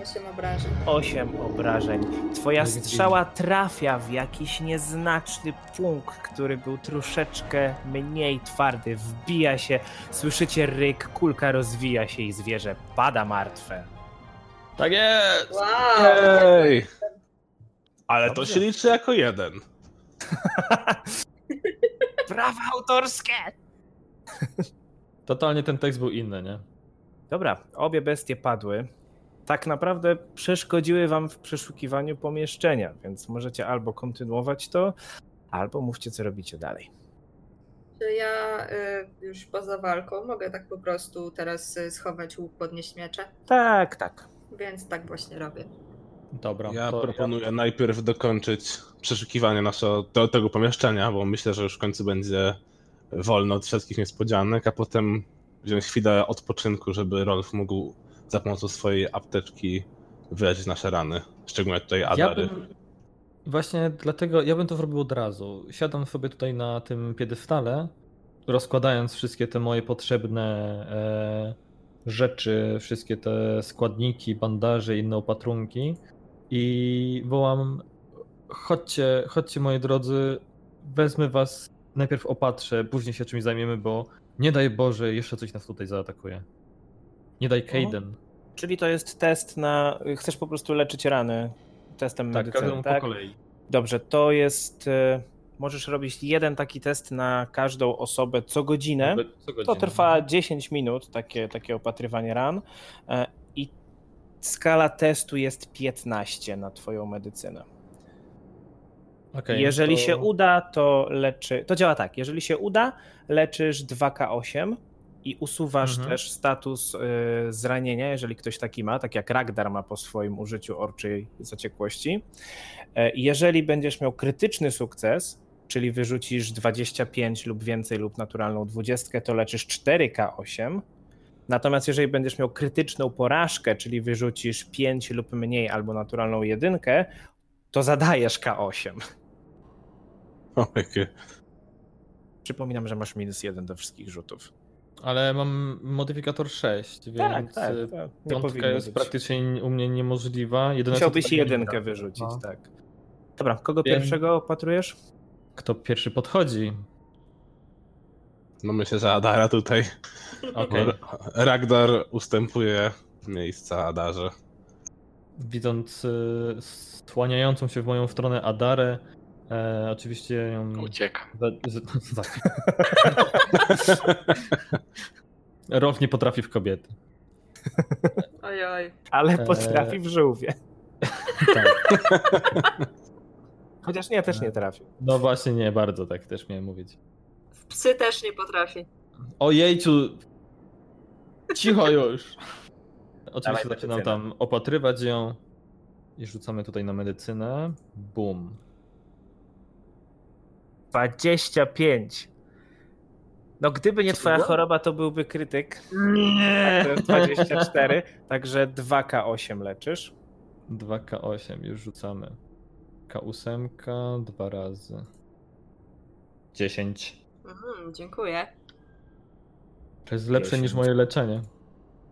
8 obrażeń.
8 obrażeń. Twoja strzała trafia w jakiś nieznaczny punkt, który był troszeczkę mniej twardy. Wbija się, słyszycie ryk, kulka rozwija się i zwierzę pada martwe.
Tak jest!
Wow!
Ej! Ale to
Dobrze.
się liczy jako jeden.
Prawa autorskie!
Totalnie ten tekst był inny, nie?
Dobra, obie bestie padły. Tak naprawdę przeszkodziły wam w przeszukiwaniu pomieszczenia, więc możecie albo kontynuować to, albo mówcie, co robicie dalej.
Czy ja y, już poza walką mogę tak po prostu teraz y, schować łuk, podnieść miecze?
Tak, tak.
Więc tak właśnie robię.
Dobra,
Ja
to
proponuję najpierw dokończyć przeszukiwanie naszego, do tego pomieszczenia, bo myślę, że już w końcu będzie wolno od wszelkich niespodzianek, a potem wziąć chwilę odpoczynku, żeby Rolf mógł za pomocą swojej apteczki wyleczyć nasze rany. Szczególnie tutaj
Ja
Adary.
bym, właśnie dlatego ja bym to zrobił od razu. Siadam sobie tutaj na tym piedestale, rozkładając wszystkie te moje potrzebne e, rzeczy, wszystkie te składniki, bandaże i inne opatrunki i wołam chodźcie, chodźcie moi drodzy, wezmę was, najpierw opatrzę, później się czymś zajmiemy, bo nie daj Boże, jeszcze coś nas tutaj zaatakuje. Nie daj Kaden.
Czyli to jest test na. Chcesz po prostu leczyć rany testem
Tak,
medycyny.
każdemu
Tak,
po kolei.
Dobrze, to jest. e, Możesz robić jeden taki test na każdą osobę co godzinę. To
Co godzinę.
trwa 10 minut, takie, takie opatrywanie ran. E, I skala testu jest 15 na Twoją medycynę.
Okej, no
jeżeli
to-
się uda, to leczy. To działa tak. Jeżeli się uda, leczysz 2K8 i usuwasz
Mhm.
też status y, zranienia, jeżeli ktoś taki ma, tak jak Ragdar ma po swoim użyciu orczej zaciekłości. E, Jeżeli będziesz miał krytyczny sukces, czyli wyrzucisz 25 lub więcej lub naturalną 20, to leczysz 4K8. Natomiast jeżeli będziesz miał krytyczną porażkę, czyli wyrzucisz 5 lub mniej albo naturalną jedynkę, to zadajesz K8.
Ojej.
Przypominam, że masz minus jeden do wszystkich rzutów.
Ale mam modyfikator 6, więc tak,
tak.
piątka jest praktycznie u mnie niemożliwa. Jedyne, co
Musiałbyś
tutaj
jedynkę
nie da.
wyrzucić,
No.
tak. Dobra, kogo
Wiem.
pierwszego opatrujesz?
Kto pierwszy podchodzi?
No myślę, że Adara tutaj.
Okej.
R- Ragdar ustępuje miejsca Adarze.
Widząc y, stłaniającą się w moją stronę Adarę, e, oczywiście ją
Uciekam.
Za, za, za. Rolf nie potrafi w kobiety.
Ojoj.
Ale
Eee.
potrafi w żółwie.
Tak.
Chociaż nie, też nie trafił.
No właśnie, nie bardzo tak też miałem mówić.
W psy też nie potrafi.
Ojejciu! Cicho już! Oczywiście
Dawaj
zaczynam
medycynę.
tam opatrywać ją i rzucamy tutaj na medycynę. Bum.
25. No gdyby nie twoja choroba, to byłby krytyk. Nie! Tak, To jest 24, także 2K8 leczysz.
2K8 już rzucamy. K8 dwa razy. 10.
Mhm, dziękuję.
To jest lepsze niż
10.
moje leczenie.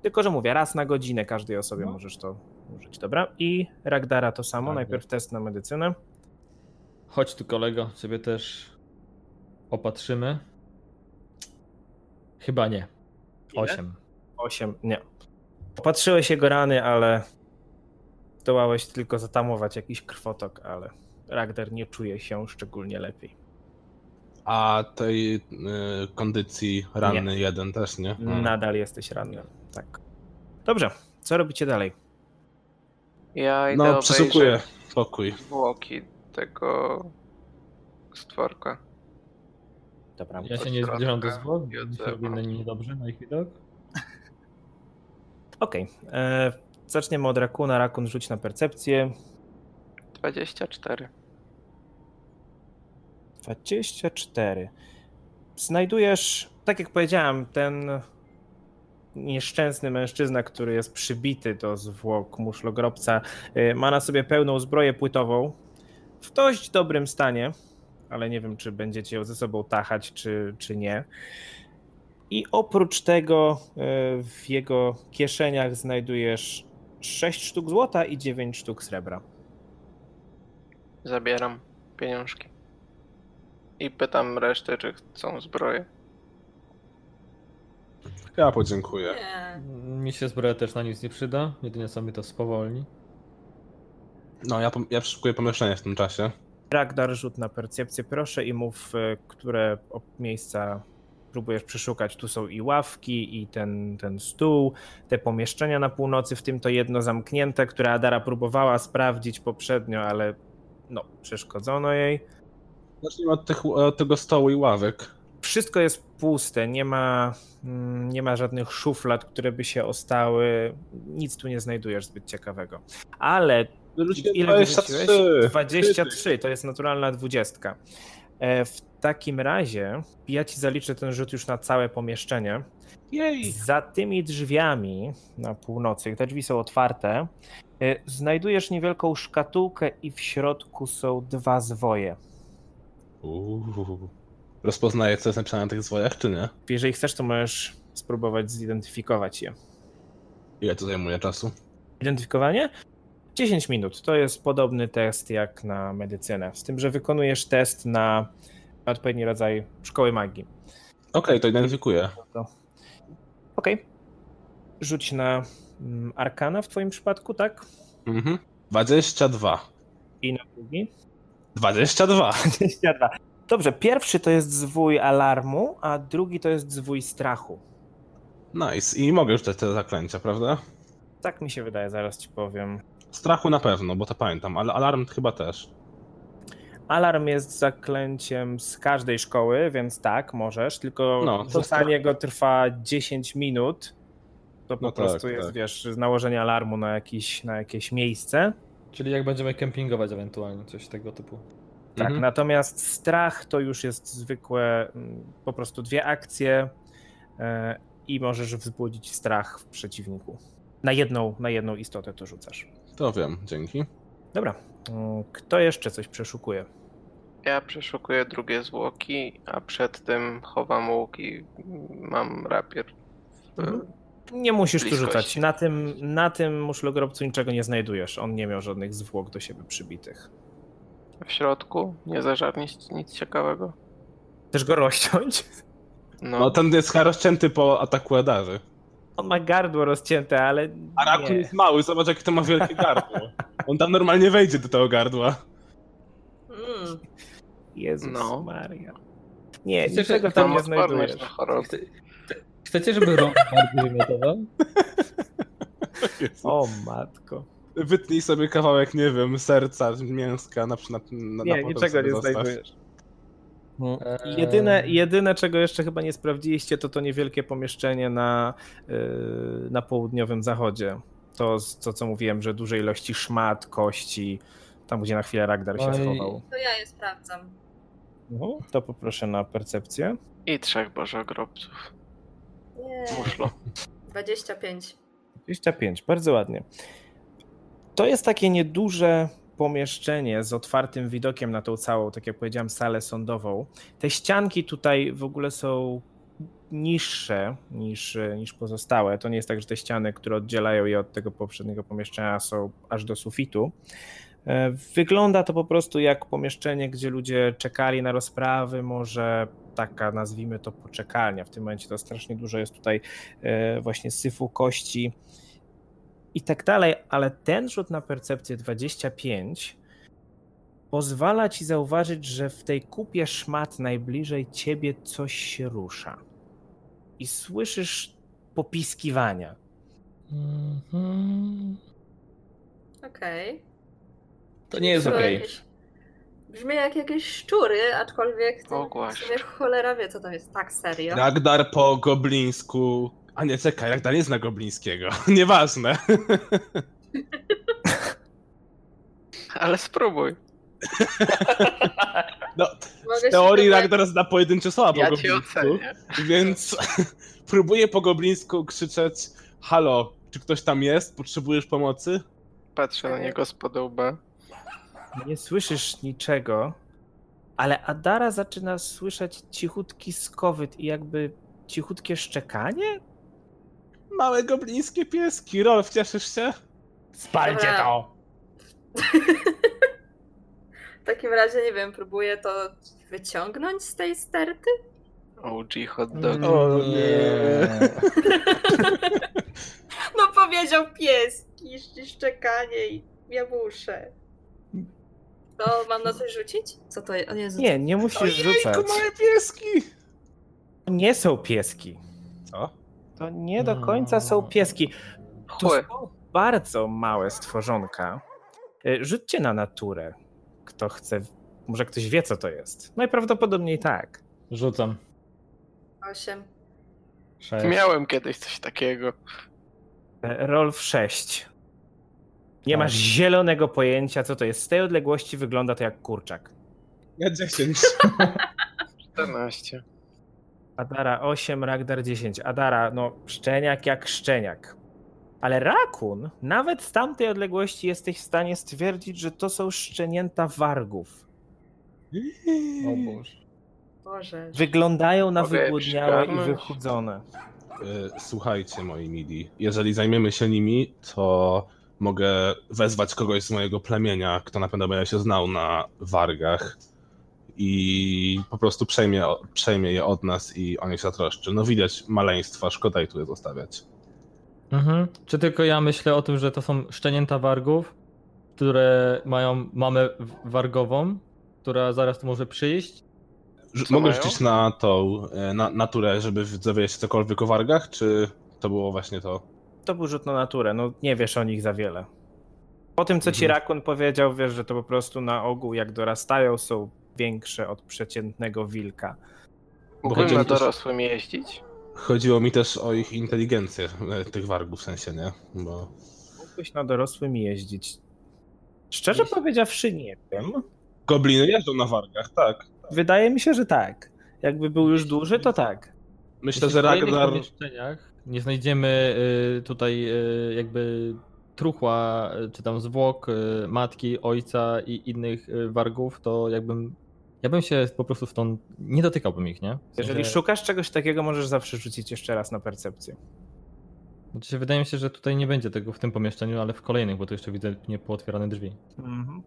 Tylko, że mówię, raz na godzinę każdej osobie
No.
możesz to użyć, dobra? I Ragdara to samo,
Ragdar.
najpierw test na medycynę.
Chodź tu kolego, ciebie też opatrzymy. Chyba nie.
Ile?
Osiem.
8, nie. Popatrzyłeś jego rany, ale zdołałeś tylko zatamować jakiś krwotok, ale Ragdar nie czuje się szczególnie lepiej.
A tej y, kondycji ranny jeden też, nie? Mm.
Nadal jesteś ranny, tak. Dobrze, co robicie dalej?
Ja idę
No,
no,
przeszukuję pokój.
zwłoki tego stworka.
Dobra,
Ja się
Od
nie
środka
zbliżam do zwłok,
i od
bo mi się robi na
zewnątrz.
nim niedobrze na ich widok.
okej. e, Zaczniemy od Rakuna. Rakun rzuć na percepcję.
24.
24. Znajdujesz, tak jak powiedziałem, ten nieszczęsny mężczyzna, który jest przybity do zwłok muszlogrobca, y, ma na sobie pełną zbroję płytową, w dość dobrym stanie, ale nie wiem, czy będziecie ją ze sobą tachać, czy, czy nie. I oprócz tego y, w jego kieszeniach znajdujesz 6 sztuk złota i 9 sztuk srebra.
Zabieram pieniążki. I pytam reszty, czy chcą zbroję.
Ja podziękuję.
Nie.
Mi się zbroja też na nic nie przyda, jedynie sobie to spowolni.
No, ja, pom- ja przeszukuję pomieszczenie w tym czasie.
Ragdar, rzut na percepcję, proszę, i mów, e, które o- miejsca próbujesz przeszukać. Tu są i ławki, i ten, ten stół, te pomieszczenia na północy, w tym to jedno zamknięte, które Adara próbowała sprawdzić poprzednio, ale no, przeszkodzono jej.
Zacznijmy od, tych, e, od tego stołu i ławek.
Wszystko jest puste, nie ma, mm, nie ma żadnych szuflad, które by się ostały. Nic tu nie znajdujesz zbyt ciekawego. Ale
Wyrzuciłem
Ile wyrzuciłeś?
23.
23, to jest naturalna dwudziestka. E, w takim razie ja ci zaliczę ten rzut już na całe pomieszczenie.
Jej!
Za tymi drzwiami na północy, te drzwi są otwarte, e, znajdujesz niewielką szkatułkę i w środku są dwa zwoje.
Uuu. Rozpoznaję, co jest napisane na tych zwojach, czy nie?
Jeżeli chcesz, to możesz spróbować zidentyfikować je.
Ile to zajmuje czasu?
Identyfikowanie? 10 minut. To jest podobny test jak na medycynę. Z tym, że wykonujesz test na odpowiedni rodzaj szkoły magii.
Okej, to identyfikuję.
Okej. Rzuć na mm, arkana w twoim przypadku, tak?
Mhm. 22.
I na drugi.
22!
22. Dobrze, pierwszy to jest zwój alarmu, a drugi to jest zwój strachu.
Nice. I mogę już te, te zaklęcia, prawda?
Tak mi się wydaje, zaraz ci powiem.
Strachu na pewno, bo to pamiętam, ale alarm chyba też.
Alarm jest zaklęciem z każdej szkoły, więc tak, możesz, tylko
No, to
rzucanie go trwa 10 minut. To po
No tak,
prostu jest,
tak.
wiesz, nałożenie alarmu na, jakiś, na jakieś miejsce.
Czyli jak będziemy kempingować ewentualnie, coś tego typu.
Tak,
Mhm.
natomiast strach to już jest zwykłe, mm, po prostu dwie akcje e, i możesz wzbudzić strach w przeciwniku. Na jedną, na jedną istotę to rzucasz.
To wiem, dzięki.
Dobra, mm, kto jeszcze coś przeszukuje?
Ja przeszukuję drugie zwłoki, a przed tym chowam łuk i mam rapier.
Mhm. Nie musisz tu
Bliskość.
rzucać. Na tym, na tym muszlogrobcu niczego nie znajdujesz. On nie miał żadnych zwłok do siebie przybitych.
W środku nie zażarnić nic ciekawego.
Chcesz go rozciąć?
No,
No ten jest rozcięty po ataku Adary.
On ma gardło rozcięte, ale.
A Rakun
Nie.
jest mały, zobacz jakie to ma wielkie gardło. On tam normalnie wejdzie do tego gardła.
Mm.
Jezus
No.
Maria. Nie,
Chcesz-
niczego
mam
tam nie
odporność
znajdujesz.
na choroby.
Chce, chce- chcecie, żeby Rolf bardziej wymiotował?
no.
O matko.
Wytnij sobie kawałek, nie wiem, serca, mięska na przykład. Na, na
Nie,
potem
niczego
sobie
nie
zostaw.
znajdujesz.
Eee.
Jedyne, jedyne, czego jeszcze chyba nie sprawdziliście, to to niewielkie pomieszczenie na, yy, na południowym zachodzie. To, z- to, co mówiłem, że duże ilości szmat, kości, tam gdzie na chwilę Ragdar się
Oj.
schował.
To ja je sprawdzam.
No, to poproszę na percepcję.
I trzech bożogrobców.
Yeah.
Muszlo.
25.
25, bardzo ładnie. To jest takie nieduże pomieszczenie z otwartym widokiem na tą całą, tak jak powiedziałem, salę sądową. Te ścianki tutaj w ogóle są niższe niż, niż pozostałe. To nie jest tak, że te ściany, które oddzielają je od tego poprzedniego pomieszczenia są aż do sufitu. E, Wygląda to po prostu jak pomieszczenie, gdzie ludzie czekali na rozprawy, może taka nazwijmy to poczekalnia. W tym momencie to strasznie dużo jest tutaj e, właśnie syfu kości i tak dalej, ale ten rzut na percepcję 25 pozwala ci zauważyć, że w tej kupie szmat najbliżej ciebie coś się rusza. I słyszysz popiskiwania.
mhm.
Okej.
To nie jest
To
okej.
jakieś- Brzmi jak jakieś szczury, aczkolwiek to
O, głaszcz.
w sumie cholera wie, co to jest. Tak serio.
Ragdar po goblińsku. A nie, czekaj, Ragdar nie zna goblińskiego. Nieważne.
Ale spróbuj.
Mogę się
W teorii
tutaj-
Ragdar zna pojedyncze słowa po
Ja cię
goblińsku.
ocenię.
Więc próbuję po goblińsku krzyczeć Halo, czy ktoś tam jest? Potrzebujesz pomocy?
Patrzę na niego spod łba.
Nie słyszysz niczego, ale Adara zaczyna słyszeć cichutki skowyt i jakby cichutkie szczekanie?
Małe goblińskie pieski. Rolf, cieszysz się?
Spalcie
Dobra.
to!
W takim razie, nie wiem, próbuję to wyciągnąć z tej sterty?
OG hot
Ehm,
dog.
Mm,
O
Eee.
No powiedział pieski, sz- szczekanie i ja muszę. To mam na coś rzucić? Co to jest? O Jezu,
Nie, nie musisz rzucać.
Jejku, małe pieski!
To nie są pieski.
Co?
To nie do końca są pieski. To
Chły.
są bardzo małe stworzonka. Y, Rzućcie na naturę. Kto chce. Może ktoś wie, co to jest. Najprawdopodobniej tak.
Rzucam.
Osiem.
Sześć.
Miałem kiedyś coś takiego.
E, Rolf 6. Nie masz zielonego pojęcia, co to jest. Z tej odległości wygląda to jak kurczak.
Ja 10.
14.
Adara 8, Ragdar 10. Adara, no szczeniak jak szczeniak. Ale rakun, nawet z tamtej odległości jesteś w stanie stwierdzić, że to są szczenięta wargów.
O Boże.
Boże.
Wyglądają na
Mogę je
wygłodniałe i
przygarnąć?
wychudzone.
Y, Słuchajcie, moi mili, jeżeli zajmiemy się nimi, to mogę wezwać kogoś z mojego plemienia, kto na pewno będzie się znał na wargach i po prostu przejmie, przejmie je od nas i o nie się zatroszczy. No widać maleństwa, szkoda ich tu je zostawiać.
Mhm. Czy tylko ja myślę o tym, że to są szczenięta wargów, które mają mamę w- wargową, która zaraz tu może przyjść?
Rzu-
Co
Mogę
mają?
rzucić na tą y, na, naturę, żeby dowiedzieć się cokolwiek o wargach, czy to było właśnie to?
To był rzut na naturę, no nie wiesz o nich za wiele. Po tym, co ci
Mhm.
rakun powiedział, wiesz, że to po prostu na ogół jak dorastają są większe od przeciętnego wilka.
Mógłbym na
chodzi o-
dorosłym jeździć?
Chodziło mi też o ich inteligencję, y, tych wargów w sensie, nie? Bo...
Mógłbyś na dorosłym jeździć. Szczerze powiedziawszy, nie wiem.
Gobliny jeżdżą na wargach, tak.
Wydaje mi się, że tak. Jakby był już duży, to tak.
Myślę,
Jeśli
że
w kolejnych
Ragnar.
pomieszczeniach nie znajdziemy y, tutaj y, jakby truchła, y, czy tam zwłok y, matki, ojca i innych y, wargów, to jakbym ja bym się po prostu stąd nie dotykałbym ich, nie? W sensie-
Jeżeli szukasz czegoś takiego, możesz zawsze rzucić jeszcze raz na percepcję.
Znaczy, wydaje mi się, że tutaj nie będzie tego w tym pomieszczeniu, ale w kolejnych, bo tu jeszcze widzę niepootwierane drzwi.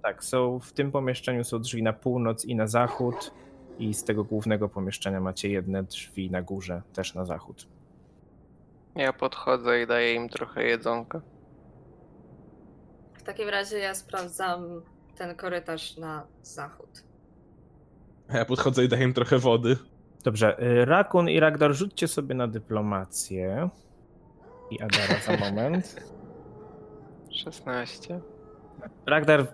Tak, są w tym pomieszczeniu są drzwi na północ i na zachód. I z tego głównego pomieszczenia macie jedne drzwi na górze, też na zachód.
Ja podchodzę i daję im trochę jedzonka.
W takim razie ja sprawdzam ten korytarz na zachód.
Ja podchodzę i daję im trochę wody.
Dobrze, y, Rakun i Ragdar, rzućcie sobie na dyplomację. I Adara za moment.
16.
Ragdar,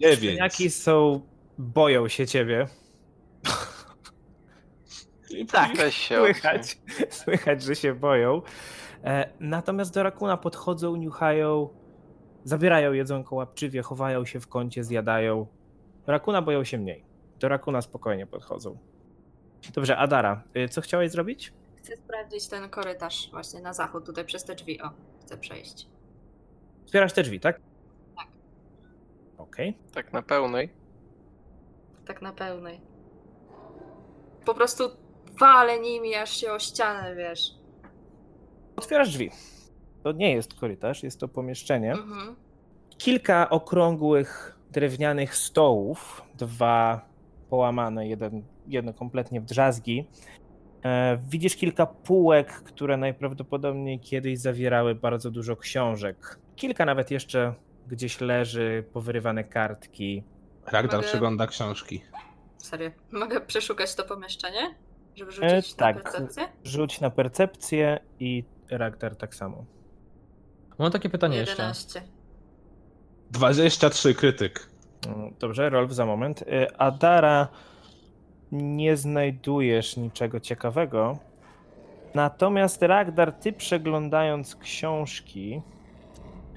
Nie wiem.
Szczeniaki są. boją się ciebie. Tak,
Weź się odsuń.
Słychać, słychać, że się boją. E, natomiast do rakuna podchodzą, niuchają, zabierają jedzonko łapczywie, chowają się w kącie, zjadają. Rakuna boją się mniej. Do rakuna spokojnie podchodzą. Dobrze, Adara, y, co chciałeś zrobić?
Chcę sprawdzić ten korytarz właśnie na zachód, tutaj przez te drzwi. O, chcę przejść.
Otwierasz te drzwi, tak? Okej.
Tak na pełnej.
Tak na pełnej. Po prostu walę nimi aż się o ścianę, wiesz.
Otwierasz drzwi. To nie jest korytarz, jest to pomieszczenie.
Mhm.
kilka okrągłych drewnianych stołów, dwa połamane, jeden, jedno kompletnie w drzazgi. E, Widzisz kilka półek, które najprawdopodobniej kiedyś zawierały bardzo dużo książek. Kilka nawet jeszcze gdzieś leży, powyrywane kartki.
Ragnar
Mogę-
przegląda książki.
Serio. Mogę przeszukać to pomieszczenie? Żeby rzucić
E,
na
tak.
percepcję?
Rzuć na percepcję i Ragdar tak samo.
Mam takie pytanie jeszcze.
11.
23 krytyk.
Mm, Dobrze, Rolf za moment. Y, Adara, nie znajdujesz niczego ciekawego. Natomiast Ragdar, ty przeglądając książki,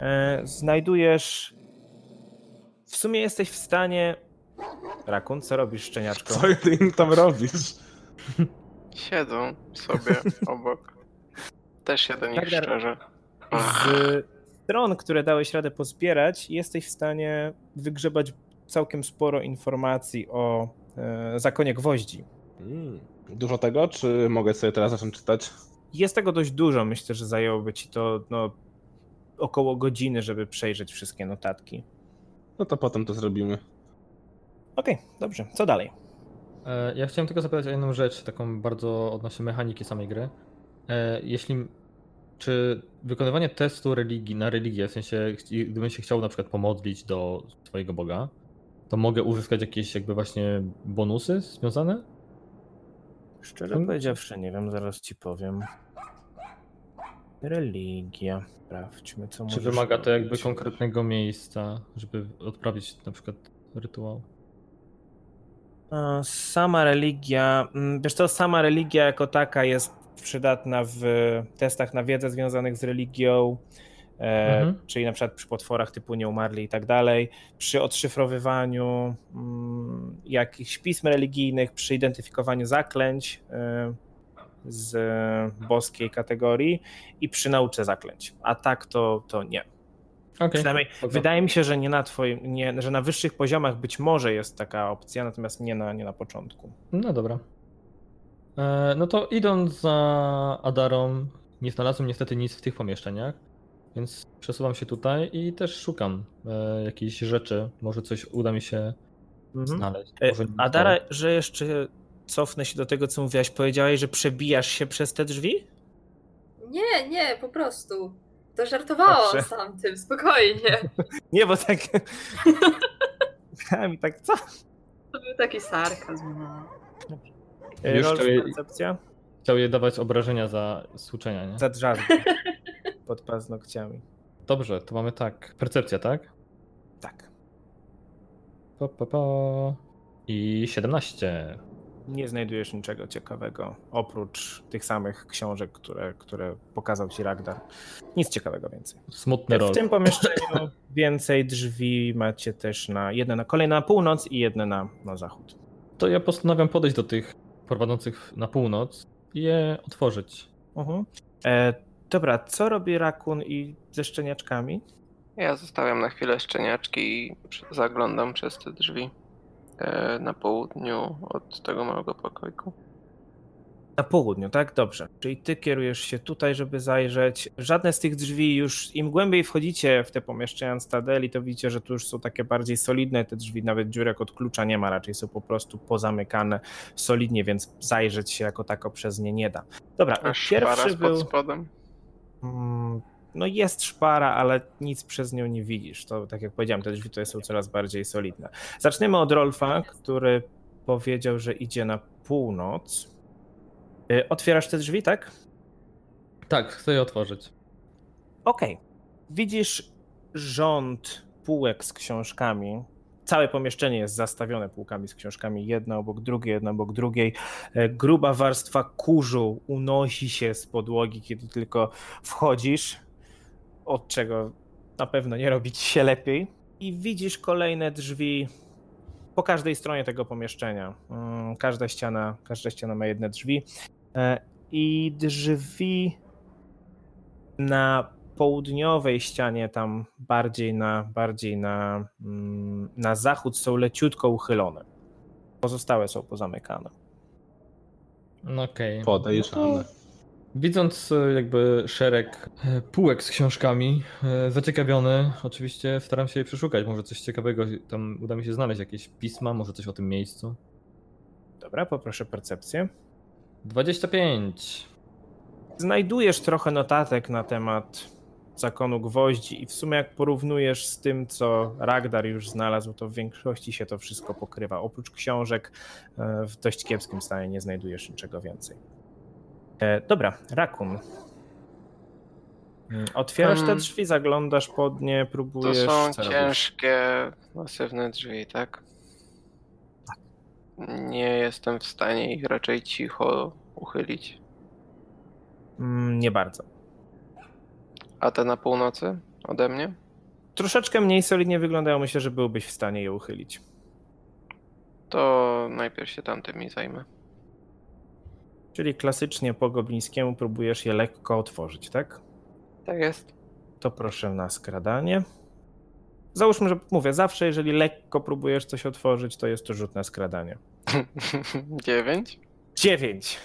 e, znajdujesz. W sumie jesteś w stanie. Rakun, co robisz szczeniaczko?
Co ty im tam robisz?
Siedzą sobie obok. Też się do nich
Tak, Dar-
szczerze.
Z stron, które dałeś radę pozbierać, jesteś w stanie wygrzebać całkiem sporo informacji o e, zakonie gwoździ.
Mm. Dużo tego, czy mogę sobie teraz zacząć czytać?
Jest tego dość dużo. Myślę, że zajęłoby ci to no, około godziny, żeby przejrzeć wszystkie notatki.
No to potem to zrobimy.
Okej, dobrze. Co dalej?
E, Ja chciałem tylko zapytać o jedną rzecz, taką bardzo odnośnie mechaniki samej gry. E, Jeśli. Czy wykonywanie testu religii na religię, w sensie, chci- gdybym się chciał na przykład pomodlić do swojego Boga, to mogę uzyskać jakieś jakby właśnie bonusy związane?
Szczerze
Hmm.
powiedziawszy, nie wiem, zaraz ci powiem. Religia. Sprawdźmy, co
Czy wymaga to jakby konkretnego miejsca, żeby odprawić na przykład rytuał?
E, Sama religia, mm, wiesz co, sama religia jako taka jest przydatna w testach na wiedzę związanych z religią, E,
Mhm.
Czyli na przykład przy potworach typu nieumarli i tak dalej, przy odszyfrowywaniu mm, jakichś pism religijnych, przy identyfikowaniu zaklęć e, z e, boskiej kategorii i przy nauce zaklęć. A tak to, to nie.
Okej.
Przynajmniej wydaje mi się, że nie na twoim, nie, że na wyższych poziomach być może jest taka opcja, natomiast nie na, nie na początku.
No dobra. E, No to idąc za Adarą, nie znalazłem niestety nic w tych pomieszczeniach, więc przesuwam się tutaj i też szukam e, jakichś rzeczy. Może coś uda mi się znaleźć.
E,
Może nie
Adara, że jeszcze cofnę się do tego, co mówiłaś. Powiedziałaś, że przebijasz się przez te drzwi?
Nie, nie, po prostu. To żartowałam
Dobrze.
z tamtym, spokojnie.
Nie, bo tak. mi tak, co?
To był taki sarkazm. no.
E,
Już
Rolf,
to je-
koncepcja?
Chciał je dawać obrażenia za słuczenia, nie?
Za drzazgi pod paznokciami.
Dobrze, to mamy tak. Percepcja, tak?
Tak.
Pa, pa, pa. I 17.
Nie znajdujesz niczego ciekawego oprócz tych samych książek, które, które pokazał ci Ragdar. Nic ciekawego więcej.
Smutny rol.
W tym pomieszczeniu więcej drzwi macie też na jedne na kolejne na północ i jedne na, na zachód.
To ja postanawiam podejść do tych prowadzących na północ i je otworzyć.
Mhm. E, dobra, co robi rakun i ze szczeniaczkami?
Ja zostawiam na chwilę szczeniaczki i przy- zaglądam przez te drzwi e, na południu od tego małego pokoiku.
Na południu, tak? Dobrze. Czyli ty kierujesz się tutaj, żeby zajrzeć. Żadne z tych drzwi już, im głębiej wchodzicie w te pomieszczenia stadeli, to widzicie, że tu już są takie bardziej solidne te drzwi, nawet dziurek od klucza nie ma, raczej są po prostu pozamykane solidnie, więc zajrzeć się jako tako przez nie nie da. Dobra,
Aż
pierwszy
raz
był...
pod spodem.
Mm, No jest szpara, ale nic przez nią nie widzisz. To tak jak powiedziałem, te drzwi tutaj są coraz bardziej solidne. Zaczniemy od Rolfa, który powiedział, że idzie na północ. Y, Otwierasz te drzwi, tak?
Tak, chcę je otworzyć.
Okej. Widzisz rząd półek z książkami. Całe pomieszczenie jest zastawione półkami z książkami, jedna obok drugiej, jedna obok drugiej. E, Gruba warstwa kurzu unosi się z podłogi, kiedy tylko wchodzisz, od czego na pewno nie robi ci się lepiej. I widzisz kolejne drzwi po każdej stronie tego pomieszczenia. Mm, Każda ściana, każda ściana ma jedne drzwi. E, I drzwi na południowej ścianie, tam bardziej na, bardziej na, mm, na zachód są leciutko uchylone. Pozostałe są pozamykane.
No okej.
Podejrzane.
Widząc e, jakby szereg e, półek z książkami, e, zaciekawiony, oczywiście staram się je przeszukać. Może coś ciekawego tam uda mi się znaleźć, jakieś pisma, może coś o tym miejscu.
Dobra, poproszę percepcję.
25.
Znajdujesz trochę notatek na temat zakonu gwoździ i w sumie jak porównujesz z tym, co Ragdar już znalazł, to w większości się to wszystko pokrywa. Oprócz książek e, w dość kiepskim stanie nie znajdujesz niczego więcej. E, Dobra, Rakun. Mm, Otwierasz te
Em,
drzwi, zaglądasz pod nie,
Hmm. To
próbujesz...
są
co robisz?
ciężkie, masywne drzwi, tak? Nie jestem w stanie ich raczej cicho uchylić.
Mm, Nie bardzo.
A te na północy ode mnie?
Troszeczkę mniej solidnie wyglądają, myślę, że byłbyś w stanie je uchylić.
To najpierw się tamtymi zajmę.
Czyli klasycznie po goblińskiemu próbujesz je lekko otworzyć, tak?
Tak jest.
to proszę na skradanie. Załóżmy, że mówię, zawsze jeżeli lekko próbujesz coś otworzyć, to jest to rzut na skradanie.
Dziewięć?
Dziewięć.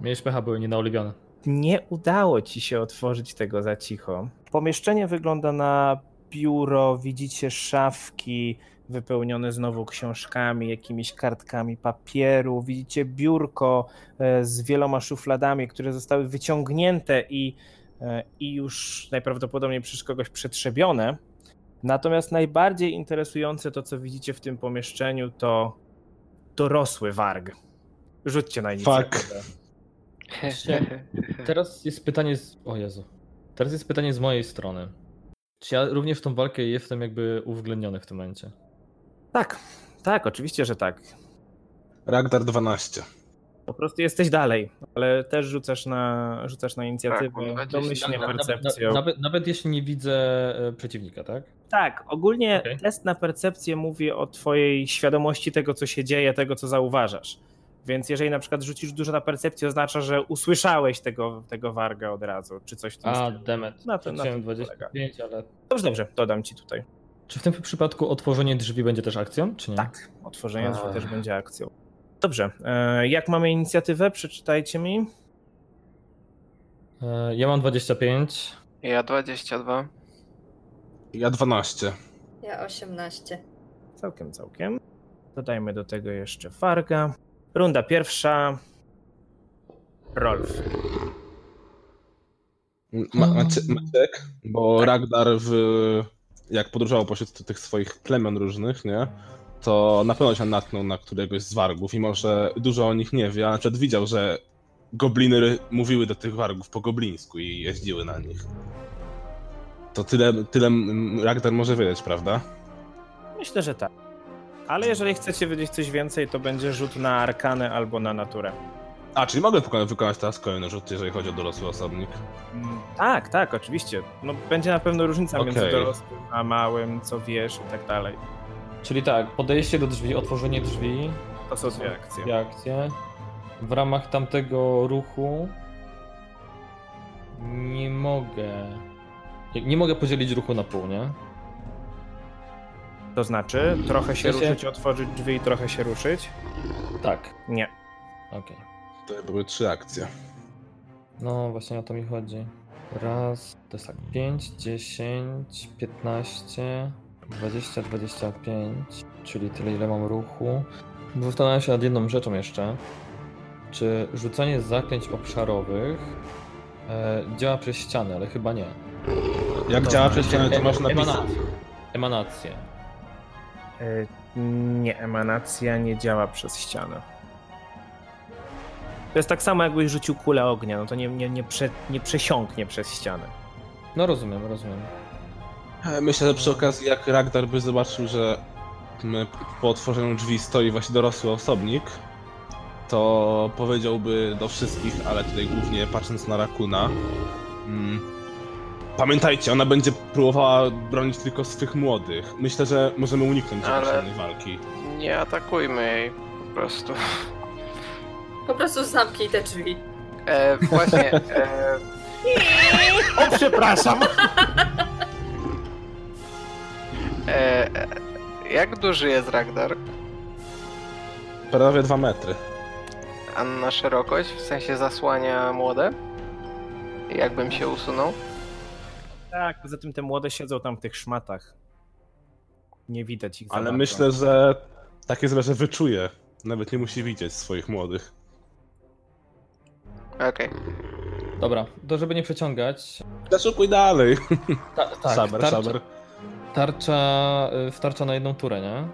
Mieliśmy pecha, były nienaoliwione.
Nie udało ci się otworzyć tego za cicho. Pomieszczenie wygląda na biuro, widzicie szafki wypełnione znowu książkami, jakimiś kartkami papieru, widzicie biurko e, z wieloma szufladami, które zostały wyciągnięte i, e, i już najprawdopodobniej przez kogoś przetrzebione. Natomiast najbardziej interesujące to, co widzicie w tym pomieszczeniu, to dorosły warg. Rzućcie na inicjatywę.
Właśnie. Teraz jest pytanie z... O Jezu. Teraz jest pytanie z mojej strony. Czy ja również w tą walkę jestem jakby uwzględniony w tym momencie?
Tak, tak, oczywiście, że tak.
Ragdar 12.
Po prostu jesteś dalej, ale też rzucasz na, rzucasz na inicjatywę
dwadzieścia,
domyślnie
Tak, na- na- na-
percepcją.
Nawet, nawet jeśli nie widzę e, przeciwnika, tak?
Tak, ogólnie
Okej.
test na percepcję mówi o twojej świadomości tego, co się dzieje, tego, co zauważasz. Więc jeżeli na przykład rzucisz dużo na percepcję, oznacza, że usłyszałeś tego, tego warga od razu, czy coś w tym
A,
stylu.
demet.
Na to- na
Chciałem
to polega.
25, ale...
Dobrze, dobrze, dodam ci tutaj.
Mhm.
Czy w tym przypadku otworzenie drzwi będzie też akcją, czy nie?
Tak, otworzenie drzwi
Ach.
też będzie akcją. Dobrze, e, jak mamy inicjatywę? Przeczytajcie mi.
E, Ja mam 25.
Ja 22.
Ja 12.
Ja 18.
Całkiem, całkiem. Dodajmy do tego jeszcze Farga. Runda pierwsza. Rolf.
Ma, Macie, Maciek, bo Ragnar w, jak podróżował pośród tych swoich plemion różnych, nie? To na pewno się natknął na któregoś z wargów, mimo że dużo o nich nie wie, ale na przykład widział, że gobliny mówiły do tych wargów po goblińsku i jeździły na nich. To tyle, tyle mm, Ragnar może wiedzieć, prawda?
Myślę, że tak. Ale jeżeli chcecie wiedzieć coś więcej, to będzie rzut na arkanę albo na naturę.
A, czyli mogę pokona- wykonać teraz kolejny rzut, jeżeli chodzi o dorosły osobnik.
Tak, tak, oczywiście. No, będzie na pewno różnica między
Okej.
dorosłym a małym, co wiesz i tak dalej.
Czyli tak, podejście do drzwi, otworzenie drzwi,
To są dwie akcje.
dwie akcje. W ramach tamtego ruchu nie mogę... Nie, nie mogę podzielić ruchu na pół, nie?
To znaczy, trochę się
W sensie-
ruszyć, otworzyć drzwi i trochę się ruszyć?
Tak.
Nie.
Okej.
To były trzy akcje.
No właśnie o to mi chodzi. Raz, to jest tak 5, 10, 15, 20, 25, czyli tyle ile mam ruchu. Zastanawiam się nad jedną rzeczą jeszcze. Czy rzucanie zaklęć obszarowych e, działa przez ściany, ale chyba nie.
Jak
To
działa
znaczy,
przez ścianę, to
em-
masz napisane.
emanacje. Emanacje.
Y, Nie, emanacja nie działa przez ścianę. To jest tak samo, jakbyś rzucił kulę ognia, no to nie, nie, nie, prze, nie przesiąknie przez ścianę.
No rozumiem, rozumiem.
E, Myślę, że przy okazji, jak Ragnar by zobaczył, że m, po otworzeniu drzwi stoi właśnie dorosły osobnik, to powiedziałby do wszystkich, ale tutaj głównie patrząc na Rakuna, mm, pamiętajcie, ona będzie próbowała bronić tylko swych młodych. Myślę, że możemy uniknąć
Ale-
ale... walki.
Nie atakujmy jej po prostu.
Po prostu zamknij te drzwi.
E, właśnie, e,
O, przepraszam!
e, e, jak duży jest Ragnar?
Prawie dwa metry.
A na szerokość, w sensie zasłania młode? Jakbym się usunął?
Tak, poza tym te młode siedzą tam w tych szmatach. Nie widać ich za
Ale
bardzo.
myślę, że takie jest, że wyczuje. Nawet nie musi widzieć swoich młodych.
Okej.
Dobra, to żeby nie przeciągać.
Zaszukuj dalej!
Ta, tak,
saber,
tarcza,
saber.
tarcza y, wtarcza na jedną turę, nie?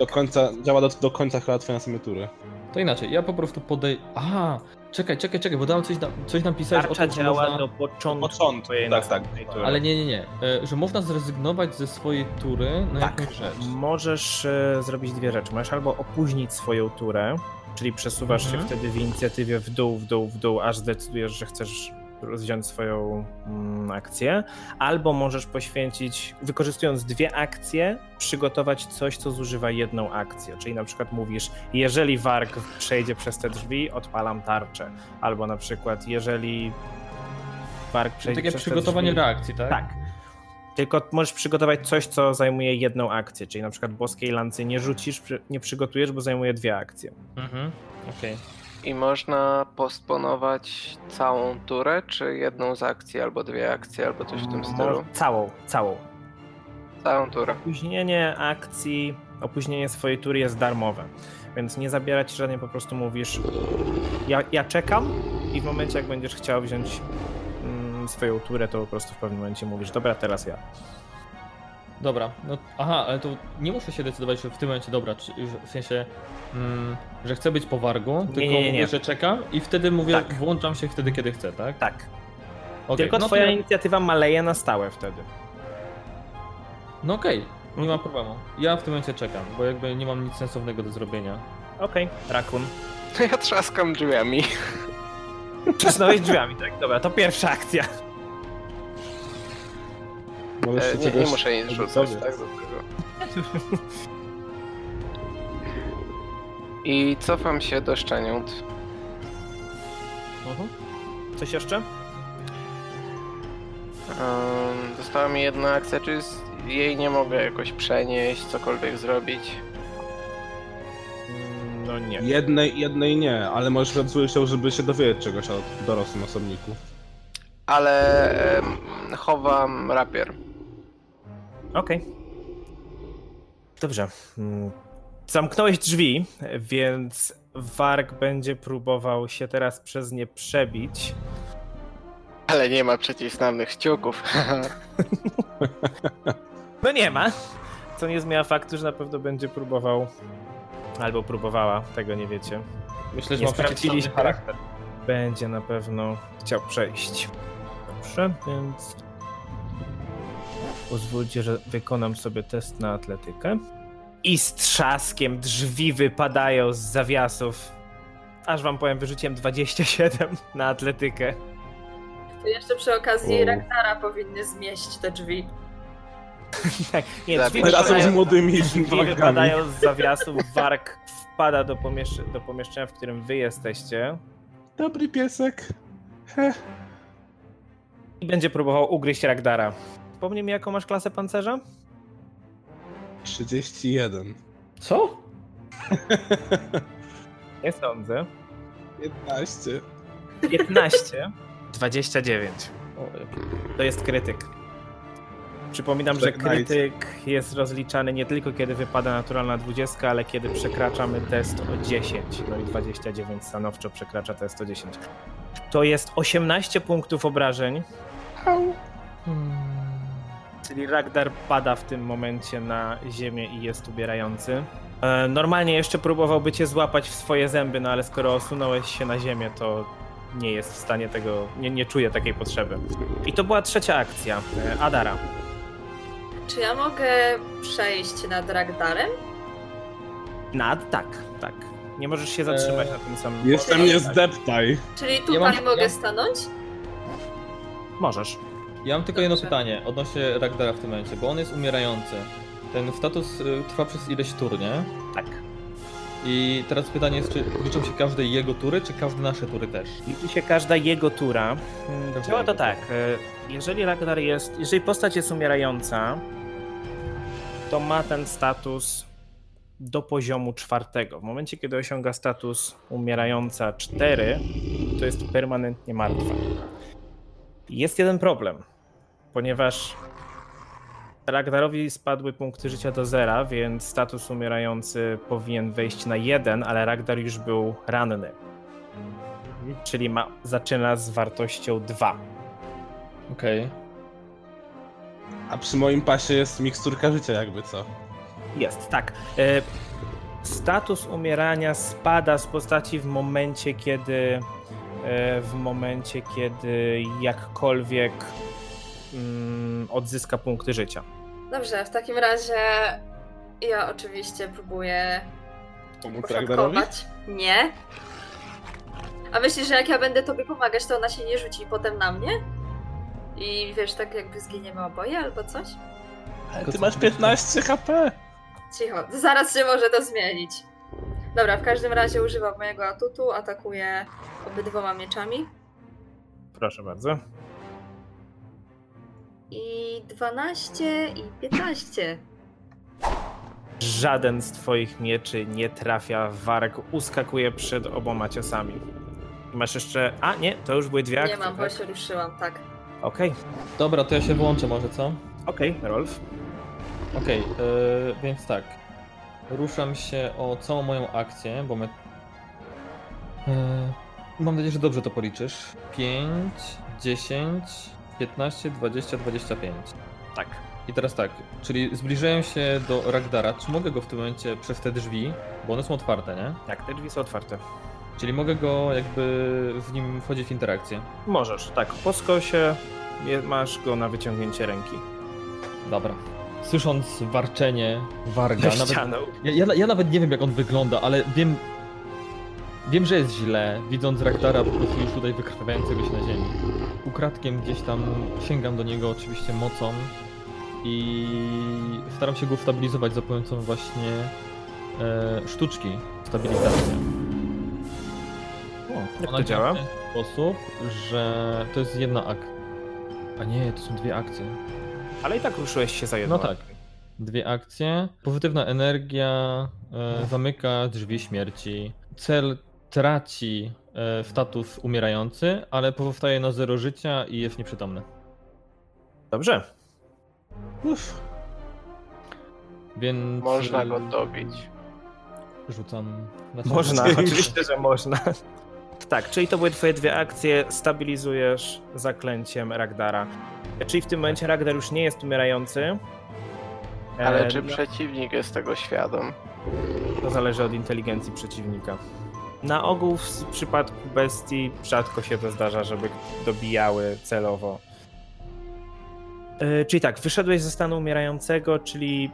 Do końca, działa do, do końca chyba twojej następnej tury.
To inaczej, ja po prostu podej... Aha, czekaj, czekaj, czekaj, bo dałem coś, na... coś napisać
Tarcza
że
działa
można...
do początku.
Do początku,
twojej
tak, tak.
następnej tury.
Ale nie, nie, nie, e, że można zrezygnować ze swojej tury no na
Tak.
jakąś rzecz.
Możesz e, zrobić dwie rzeczy. Możesz albo opóźnić swoją turę, czyli przesuwasz
Mhm.
się wtedy w inicjatywie w dół, w dół, w dół, aż decydujesz, że chcesz rozwziąć swoją mm, akcję, albo możesz poświęcić, wykorzystując dwie akcje, przygotować coś, co zużywa jedną akcję. Czyli na przykład mówisz, jeżeli warg przejdzie przez te drzwi, odpalam tarczę. Albo na przykład, jeżeli warg przejdzie
Takie
przez
przygotowanie
te drzwi,
reakcji, tak?
tak. Tylko możesz przygotować coś, co zajmuje jedną akcję, czyli na przykład boskiej lancy nie rzucisz, przy- nie przygotujesz, bo zajmuje dwie akcje.
Mhm, okej.
I można postponować całą turę, czy jedną z akcji, albo dwie akcje, albo coś w tym stylu?
Mo- Całą, całą.
Całą turę.
Opóźnienie akcji, opóźnienie swojej tury jest darmowe, więc nie zabiera ci żadnej, po prostu mówisz ja, ja czekam i w momencie jak będziesz chciał wziąć mm, swoją turę, to po prostu w pewnym momencie mówisz dobra, teraz ja.
Dobra, no aha, ale to nie muszę się decydować, że w tym momencie dobra, czy, że w sensie, mm, że chcę być po wargu, tylko
nie, nie, nie.
mówię, że czekam i wtedy mówię,
Tak.
włączam się wtedy, kiedy chcę, tak?
Tak.
Okej,
Tylko
no to
twoja
ja-
inicjatywa maleje na stałe wtedy.
No okej, nie ma
Mhm.
problemu. Ja w tym momencie czekam, bo jakby nie mam nic sensownego do zrobienia.
Okej, rakun.
To ja trzaskam drzwiami. E,
Trzasnąłeś drzwiami, tak? Dobra, to pierwsza akcja.
Możesz
E,
się
nie, nie
czegoś
muszę nic rzucać,
obiecać.
tak? Do tego. I cofam się do szczeniąt.
Mhm. Coś jeszcze?
Ym, Została mi jedna akcja, czy z- jej nie mogę jakoś przenieść, cokolwiek zrobić.
Mm, No nie.
Jednej, jednej nie, ale możesz odzwyczaić się, żeby się dowiedzieć czegoś o dorosłym osobniku.
Ale em, chowam rapier.
Okej. Dobrze. Mm, Zamknąłeś drzwi, więc Warg będzie próbował się teraz przez nie przebić.
Ale nie ma przeciwstawnych kciuków.
No nie ma. Co nie zmienia faktu, że na pewno będzie próbował. Albo próbowała, tego nie wiecie.
Myślę, że
Nie
ma przeciwstawny
sprawdziliśmy.
charakter.
Będzie na pewno chciał przejść. Dobrze, więc. Pozwólcie, że wykonam sobie test na atletykę. I z trzaskiem drzwi wypadają z zawiasów. Aż wam powiem, wyrzuciłem 27 na atletykę.
To jeszcze przy okazji
Wow.
Ragnara powinny zmieść te drzwi.
Nie, drzwi
Zawiasy.
Tak. Razem
wypadają,
z młodymi
drzwi
wagami.
wypadają z zawiasów. Warg wpada do, pomiesz- do pomieszczenia, w którym wy jesteście.
Dobry piesek. He.
I będzie próbował ugryźć Ragdara. Pomnij mi, jaką masz klasę pancerza?
31.
Co?
Nie sądzę.
15.
15. 29. To jest krytyk. Przypominam, że
Żegnajcie.
krytyk jest rozliczany nie tylko kiedy wypada naturalna 20, ale kiedy przekraczamy test o 10. No i 29 stanowczo przekracza test o 10. To jest 18 punktów obrażeń. Hmm. Czyli Ragdar pada w tym momencie na ziemię i jest ubierający. E, Normalnie jeszcze próbowałby cię złapać w swoje zęby, no ale skoro osunąłeś się na ziemię, to nie jest w stanie tego, nie, nie czuje takiej potrzeby. I to była trzecia akcja, e, Adara.
Czy ja mogę przejść nad Ragdarem?
Nad, tak, tak. Nie możesz się zatrzymać na tym samym.
Jeszcze mnie zdeptaj.
Czyli tutaj
mam-
mogę
ja-
stanąć?
Możesz.
Ja mam tylko jedno
Dobrze.
pytanie odnośnie Ragdara w tym momencie, bo on jest umierający. Ten status y, trwa przez ileś tur, nie?
Tak.
I teraz pytanie jest, czy liczą się każde jego tury, czy każde nasze tury też?
Liczy się każda jego tura. Mm,
Każda
Działa to
jego
tak. e, Jeżeli Ragnar jest. Jeżeli postać jest umierająca, to ma ten status do poziomu czwartego. W momencie, kiedy osiąga status umierająca 4, to jest permanentnie martwa. Jest jeden problem, ponieważ Ragnarowi spadły punkty życia do zera, więc status umierający powinien wejść na jeden, ale Ragnar już był ranny czyli ma, zaczyna z wartością 2.
Okej.
A przy moim pasie jest miksturka życia jakby co.
Jest, tak. E, Status umierania spada z postaci w momencie, kiedy e, w momencie, kiedy jakkolwiek mm, odzyska punkty życia.
Dobrze, w takim razie ja oczywiście próbuję
Pomóc Ragnarowi?
poszatkować. Nie. A myślisz, że jak ja będę tobie pomagać, to ona się nie rzuci potem na mnie? I wiesz, tak jakby zginiemy oboje albo coś?
Ale ty masz 15 HP.
Cicho, zaraz się może to zmienić. Dobra, w każdym razie używam mojego atutu, atakuję obydwoma mieczami.
Proszę bardzo.
I 12 i 15.
Żaden z twoich mieczy nie trafia. Warg uskakuje przed oboma ciosami. Masz jeszcze. A, nie, to już były dwie
nie
akcje,
mam, bo
tak?
się ruszyłam, tak.
Okej,
Dobra, to ja się wyłączę może, co?
okej, Rolf.
Okej, y, więc tak. Ruszam się o całą moją akcję, bo my... E, mam nadzieję, że dobrze to policzysz. 5, 10, 15, 20, 25.
Tak.
I teraz tak, czyli zbliżają się do Ragdara. Czy mogę go w tym momencie przez te drzwi, bo one są otwarte, nie?
Tak, te drzwi są otwarte.
Czyli mogę go jakby w nim wchodzić w interakcję.
Możesz, tak. Po skosie je- masz go na wyciągnięcie ręki.
Dobra. Słysząc warczenie warga, nawet,
Ścianą.
ja, ja, ja nawet nie wiem jak on wygląda, ale wiem Wiem, że jest źle, widząc Raktara po prostu już tutaj wykrwawiającego się na ziemi. Ukradkiem gdzieś tam sięgam do niego oczywiście mocą i staram się go stabilizować za pomocą właśnie e, sztuczki stabilizacji.
Jak
Ona
to działa?
w ten sposób, że to jest jedna ak... A nie, to są dwie akcje.
Ale i tak ruszyłeś się za jedną.
No tak. Dwie akcje. Pozytywna energia e, zamyka drzwi śmierci. Cel traci e, status umierający, ale pozostaje na zero życia i jest nieprzytomny.
Dobrze.
Uff.
Więc
Można
e,
go dobić.
Rzucam na
Można,
Dzięki.
oczywiście, że można. Tak, czyli to były twoje dwie akcje, stabilizujesz zaklęciem Ragdara. Czyli w tym momencie Ragdar już nie jest umierający.
Ale
E,
czy
no,
przeciwnik jest tego świadom?
To zależy od inteligencji przeciwnika. Na ogół w przypadku bestii rzadko się to zdarza, żeby dobijały celowo. E, Czyli tak, wyszedłeś ze stanu umierającego, czyli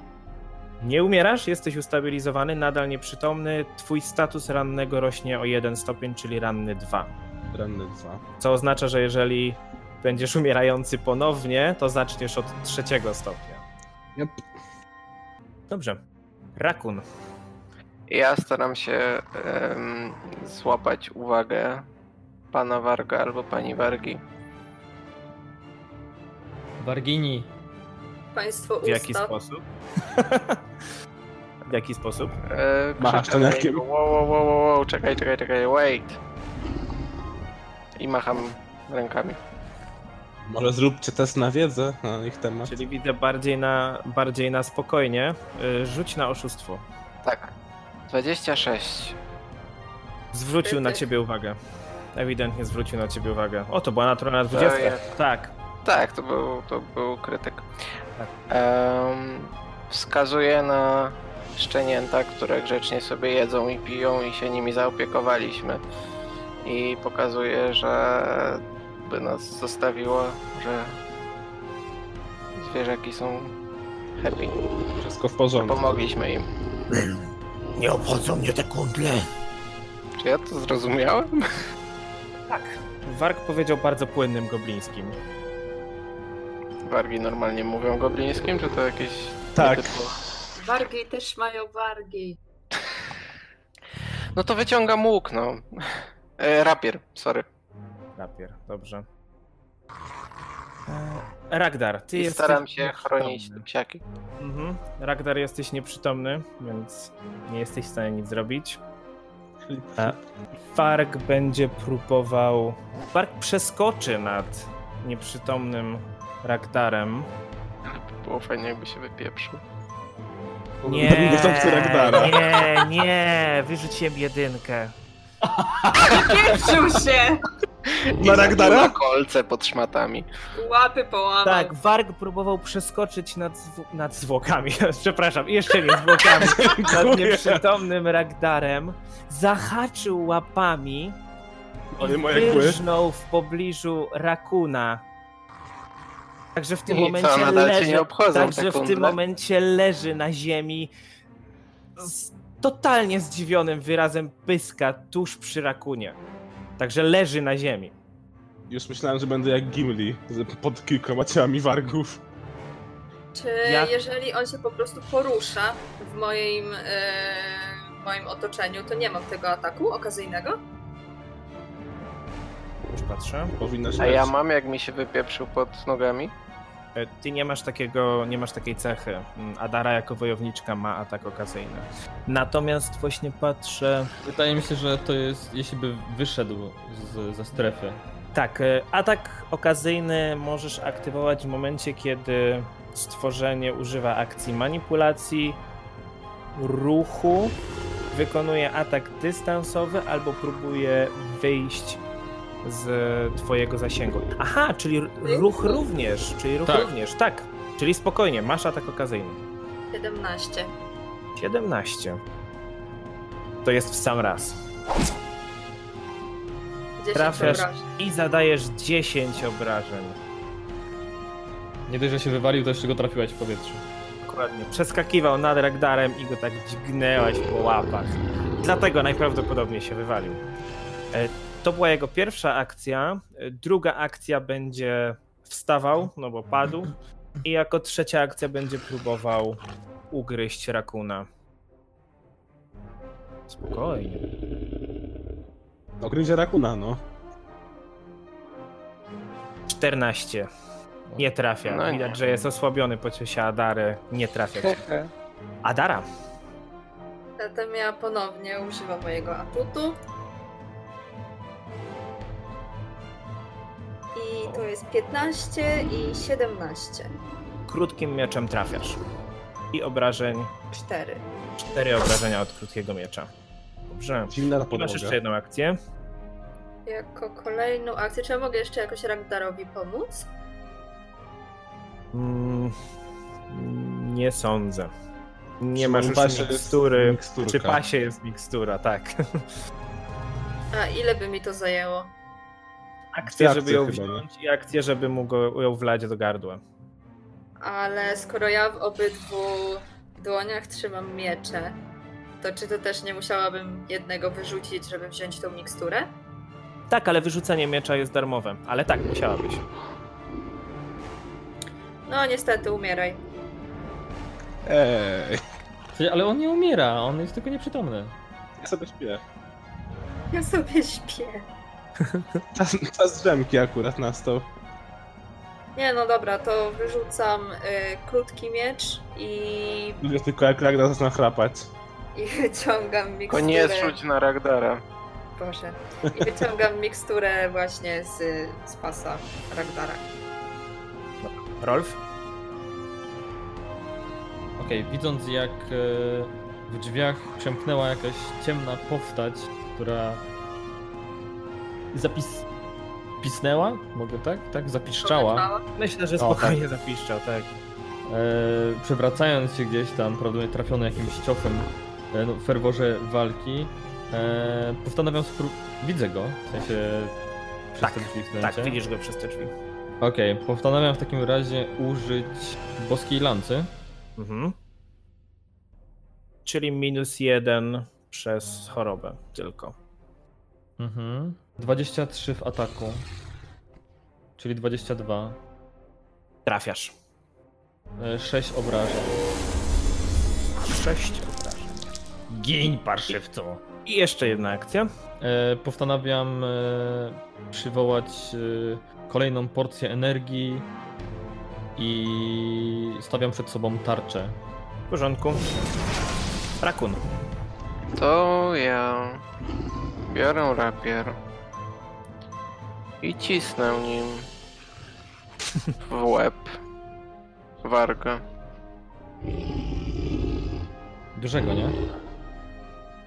nie umierasz, jesteś ustabilizowany, nadal nieprzytomny, twój status rannego rośnie o jeden stopień, czyli ranny 2.
Ranny dwa.
Co oznacza, że jeżeli będziesz umierający ponownie, to zaczniesz od trzeciego stopnia.
Yep.
Dobrze. Rakun.
Ja staram się em, złapać uwagę pana Warga albo pani Wargi.
Wargini.
Państwo
W jaki
usta.
sposób? w jaki sposób?
E,
Machasz
krzyczę na
czarniakiem.
niego, Wow, wow, wow, wow, wow, czekaj, czekaj, czekaj, wait. I macham rękami.
Może zróbcie test na wiedzę na ich temat.
Czyli widzę bardziej na, bardziej na spokojnie. Y, Rzuć na oszustwo.
Tak. 26.
Zwrócił na
Ty-
ciebie uwagę. Ewidentnie zwrócił na ciebie uwagę. O, to była naturalna
To
20.
jest.
Tak.
Tak, to był, to był krytyk.
Tak.
Em, wskazuje na szczenięta, które grzecznie sobie jedzą i piją i się nimi zaopiekowaliśmy. I pokazuje, że by nas zostawiło, że zwierzaki są happy.
Wszystko w porządku.
Pomogliśmy im.
Nie obchodzą mnie te kundle.
Czy ja to zrozumiałem?
Warg powiedział bardzo płynnym goblińskim.
Wargi normalnie mówią goblińskim, czy to jakieś...
Tak.
nietypowe?
Wargi też mają wargi.
No to wyciągam łuk, no. E, rapier, sorry.
Napier, dobrze. E, Ragdar, ty
I
jesteś.
staram się chronić te
nieprzytomny.
psiaki.
Mhm. Ragdar, jesteś nieprzytomny, więc nie jesteś w stanie nic zrobić. A Farg będzie próbował. Farg przeskoczy nad nieprzytomnym Ragdarem.
Było fajnie, jakby się wypieprzył.
Nie,
Dostawcy Ragdara.
nie, nie, wyrzuciłem jedynkę.
Pieprzył się!
Na Ragdara? Na kolce pod szmatami.
Łapy połamał.
Tak, Warg próbował przeskoczyć nad, zw- nad zwłokami, przepraszam, jeszcze nie zwłokami, nad nieprzytomnym Ragdarem, zahaczył łapami
Moje,
i
moje kły.
wyrżnął w pobliżu Rakuna. Także w tym
I co,
momencie
nadal cię
leży,
nie obchodzą te
także w
kundle?
tym momencie leży na ziemi z totalnie zdziwionym wyrazem pyska tuż przy Rakunie. Także leży na ziemi.
Już myślałem, że będę jak Gimli, z- pod kilkoma ciałami wargów.
Czy
Ja-
jeżeli on się po prostu porusza w moim, e, w moim otoczeniu, to nie mam tego ataku okazyjnego?
Już patrzę.
Powinnaś
A ja
mieć.
mam, jak mi się wypieprzył pod nogami?
E, Ty nie masz takiego, nie masz takiej cechy. Mm, Adara jako wojowniczka ma atak okazyjny. Natomiast właśnie patrzę.
Wydaje mi się, że to jest, jeśli by wyszedł z, ze strefy.
Tak, e, atak okazyjny możesz aktywować w momencie, kiedy stworzenie używa akcji manipulacji, ruchu, wykonuje atak dystansowy albo próbuje wyjść z twojego zasięgu. Aha, czyli r- ruch również, czyli ruch
Tak.
również, tak. Czyli spokojnie, masz atak okazyjny.
17.
17. To jest w sam raz.
10
Trafiasz.
obrażeń.
I zadajesz 10 obrażeń.
Nie dość, że się wywalił, to jeszcze go trafiłaś w powietrzu.
Dokładnie. Przeskakiwał nad Ragdarem i go tak dźgnęłaś po łapach. Dlatego najprawdopodobniej się wywalił. E, To była jego pierwsza akcja. E, Druga akcja będzie wstawał, no bo padł. I jako trzecia akcja będzie próbował ugryźć rakuna. Spokojnie.
No gryzie rakuna, no.
14. Nie trafia.
No nie.
Widać, że jest osłabiony po ciosie Adary. Nie trafia. cię. Adara.
Zatem ja ponownie używam mojego atutu. I to jest 15 i 17.
Krótkim mieczem trafiasz. I obrażeń.
4.
4 obrażenia od krótkiego miecza. Dobrze.
Dziwna
I masz jeszcze
podłoga.
jedną akcję.
Jako kolejną akcję, czy ja mogę jeszcze jakoś Ragdarowi pomóc?
Mm, nie sądzę. Nie
Czy
masz
on
już
pasie jest
mikstury.
miksturka?
Czy pasie jest mikstura, tak.
A ile by mi to zajęło?
Akcję,
akcje
żeby ją
chyba,
wziąć i akcję, żeby mu go, ją wlać do gardła.
Ale skoro ja w obydwu dłoniach trzymam miecze, to czy to też nie musiałabym jednego wyrzucić, żeby wziąć tą miksturę?
Tak, ale wyrzucenie miecza jest darmowe. Ale tak, musiałabyś.
No niestety, umieraj.
Ej,
Czyli- Ale on nie umiera, on jest tylko nieprzytomny.
ja sobie śpię.
Ja sobie śpię.
Czas, czas drzemki akurat nastał.
Nie no dobra, to wyrzucam y, krótki miecz i,
Lubię tylko jak Ragnar zaczyna chrapać.
i wyciągam
Tylko
miksturę.
nie zrzuć na Ragdara.
Boże. I wyciągam miksturę właśnie z, z pasa Ragdara.
Rolf?
Okej, widząc jak e, w drzwiach przemknęła jakaś ciemna postać, która zapis... pisnęła? Mogę tak? Tak? Zapiszczała.
Pomyślałam.
Myślę, że
O,
spokojnie zapiszczał, tak.
E, przewracając się gdzieś tam, prawdopodobnie trafiony jakimś ciosem e, no, w ferworze walki, e, postanawiam spró... Widzę go, w sensie przez
Tak,
te drzwi w
Tak, widzisz go przez te drzwi.
Okej, postanawiam w takim razie użyć boskiej lancy.
Mhm. Czyli minus jeden przez chorobę tylko.
Mhm. 23 w ataku. Czyli 22.
Trafiasz.
6 E, obrażeń.
Sześć obrażeń.
Gień, parszywco!
I jeszcze jedna akcja.
E, postanawiam e, przywołać e, kolejną porcję energii i stawiam przed sobą tarczę.
W porządku. Rakun.
To ja biorę rapier i cisnę nim w łeb wargę.
Dużego, nie?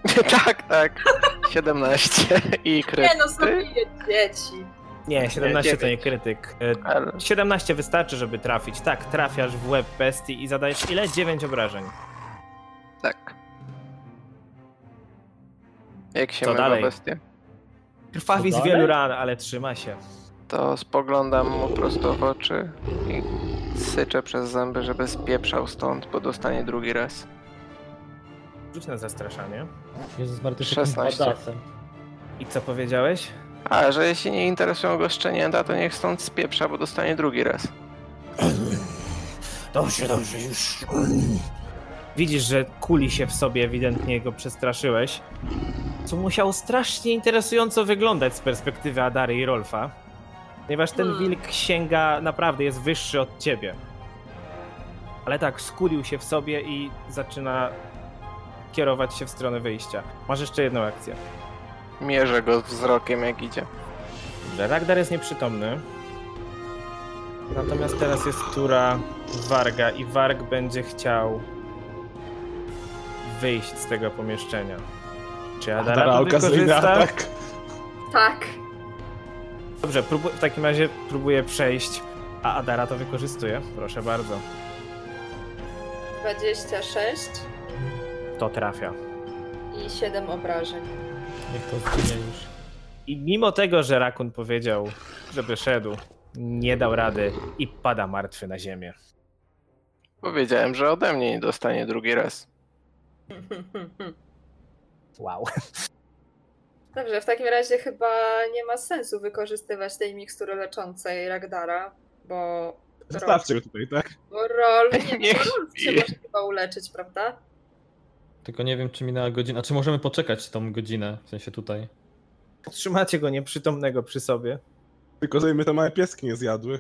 tak, tak. 17 i kryty.
Nie no, sobie dzieci.
Nie, 17 to nie
dziewięć.
krytyk. E,
Ale
17 wystarczy, żeby trafić. Tak, trafiasz w łeb bestii i zadajesz ile? 9 obrażeń.
tak. Jak się
Co
mywa
dalej?
bestie?
Krwawi
To
z
dalej?
wielu ran, ale trzyma się.
To spoglądam mu prosto w oczy i syczę przez zęby, żeby spieprzał stąd, bo dostanie drugi raz.
Rzuć na zastraszanie.
Jezus Marty,
16.
I co powiedziałeś?
A, że jeśli nie interesują go szczenięta, to niech stąd spieprza, bo dostanie drugi raz.
Dobrze, dobrze, już.
Widzisz, że kuli się w sobie, ewidentnie go przestraszyłeś. Co musiało strasznie interesująco wyglądać z perspektywy Adary i Rolfa. Ponieważ ten
Hmm.
wilk sięga, naprawdę jest wyższy od ciebie. Ale tak, skulił się w sobie i zaczyna kierować się w stronę wyjścia. Masz jeszcze jedną akcję.
Mierzę go wzrokiem, jak idzie.
Dobrze, Ragdar jest nieprzytomny. Natomiast teraz jest tura Warga i Warg będzie chciał wyjść z tego pomieszczenia. Czy Adara,
Dara
to
okazuje tak.
wykorzysta?
atak.
Tak.
Dobrze, próbu- w takim razie próbuję przejść, a Adara to wykorzystuje. Proszę bardzo.
26
To trafia.
i 7 obrażeń.
Niech to zginie już.
I mimo tego, że Rakun powiedział, żeby szedł, nie dał rady i pada martwy na ziemię.
Powiedziałem, że ode mnie nie dostanie drugi raz.
Wow.
Dobrze, w takim razie chyba nie ma sensu wykorzystywać tej mikstury leczącej Ragdara, bo
Zostawcie go tutaj, tak?
Bo Rolf, nie,
Niech
bo Rolf się może chyba uleczyć, prawda?
Tylko nie wiem, czy minęła godzina. A czy możemy poczekać tą godzinę? W sensie tutaj.
Trzymacie go nieprzytomnego przy sobie.
Tylko żeby mnie te małe pieski nie zjadły.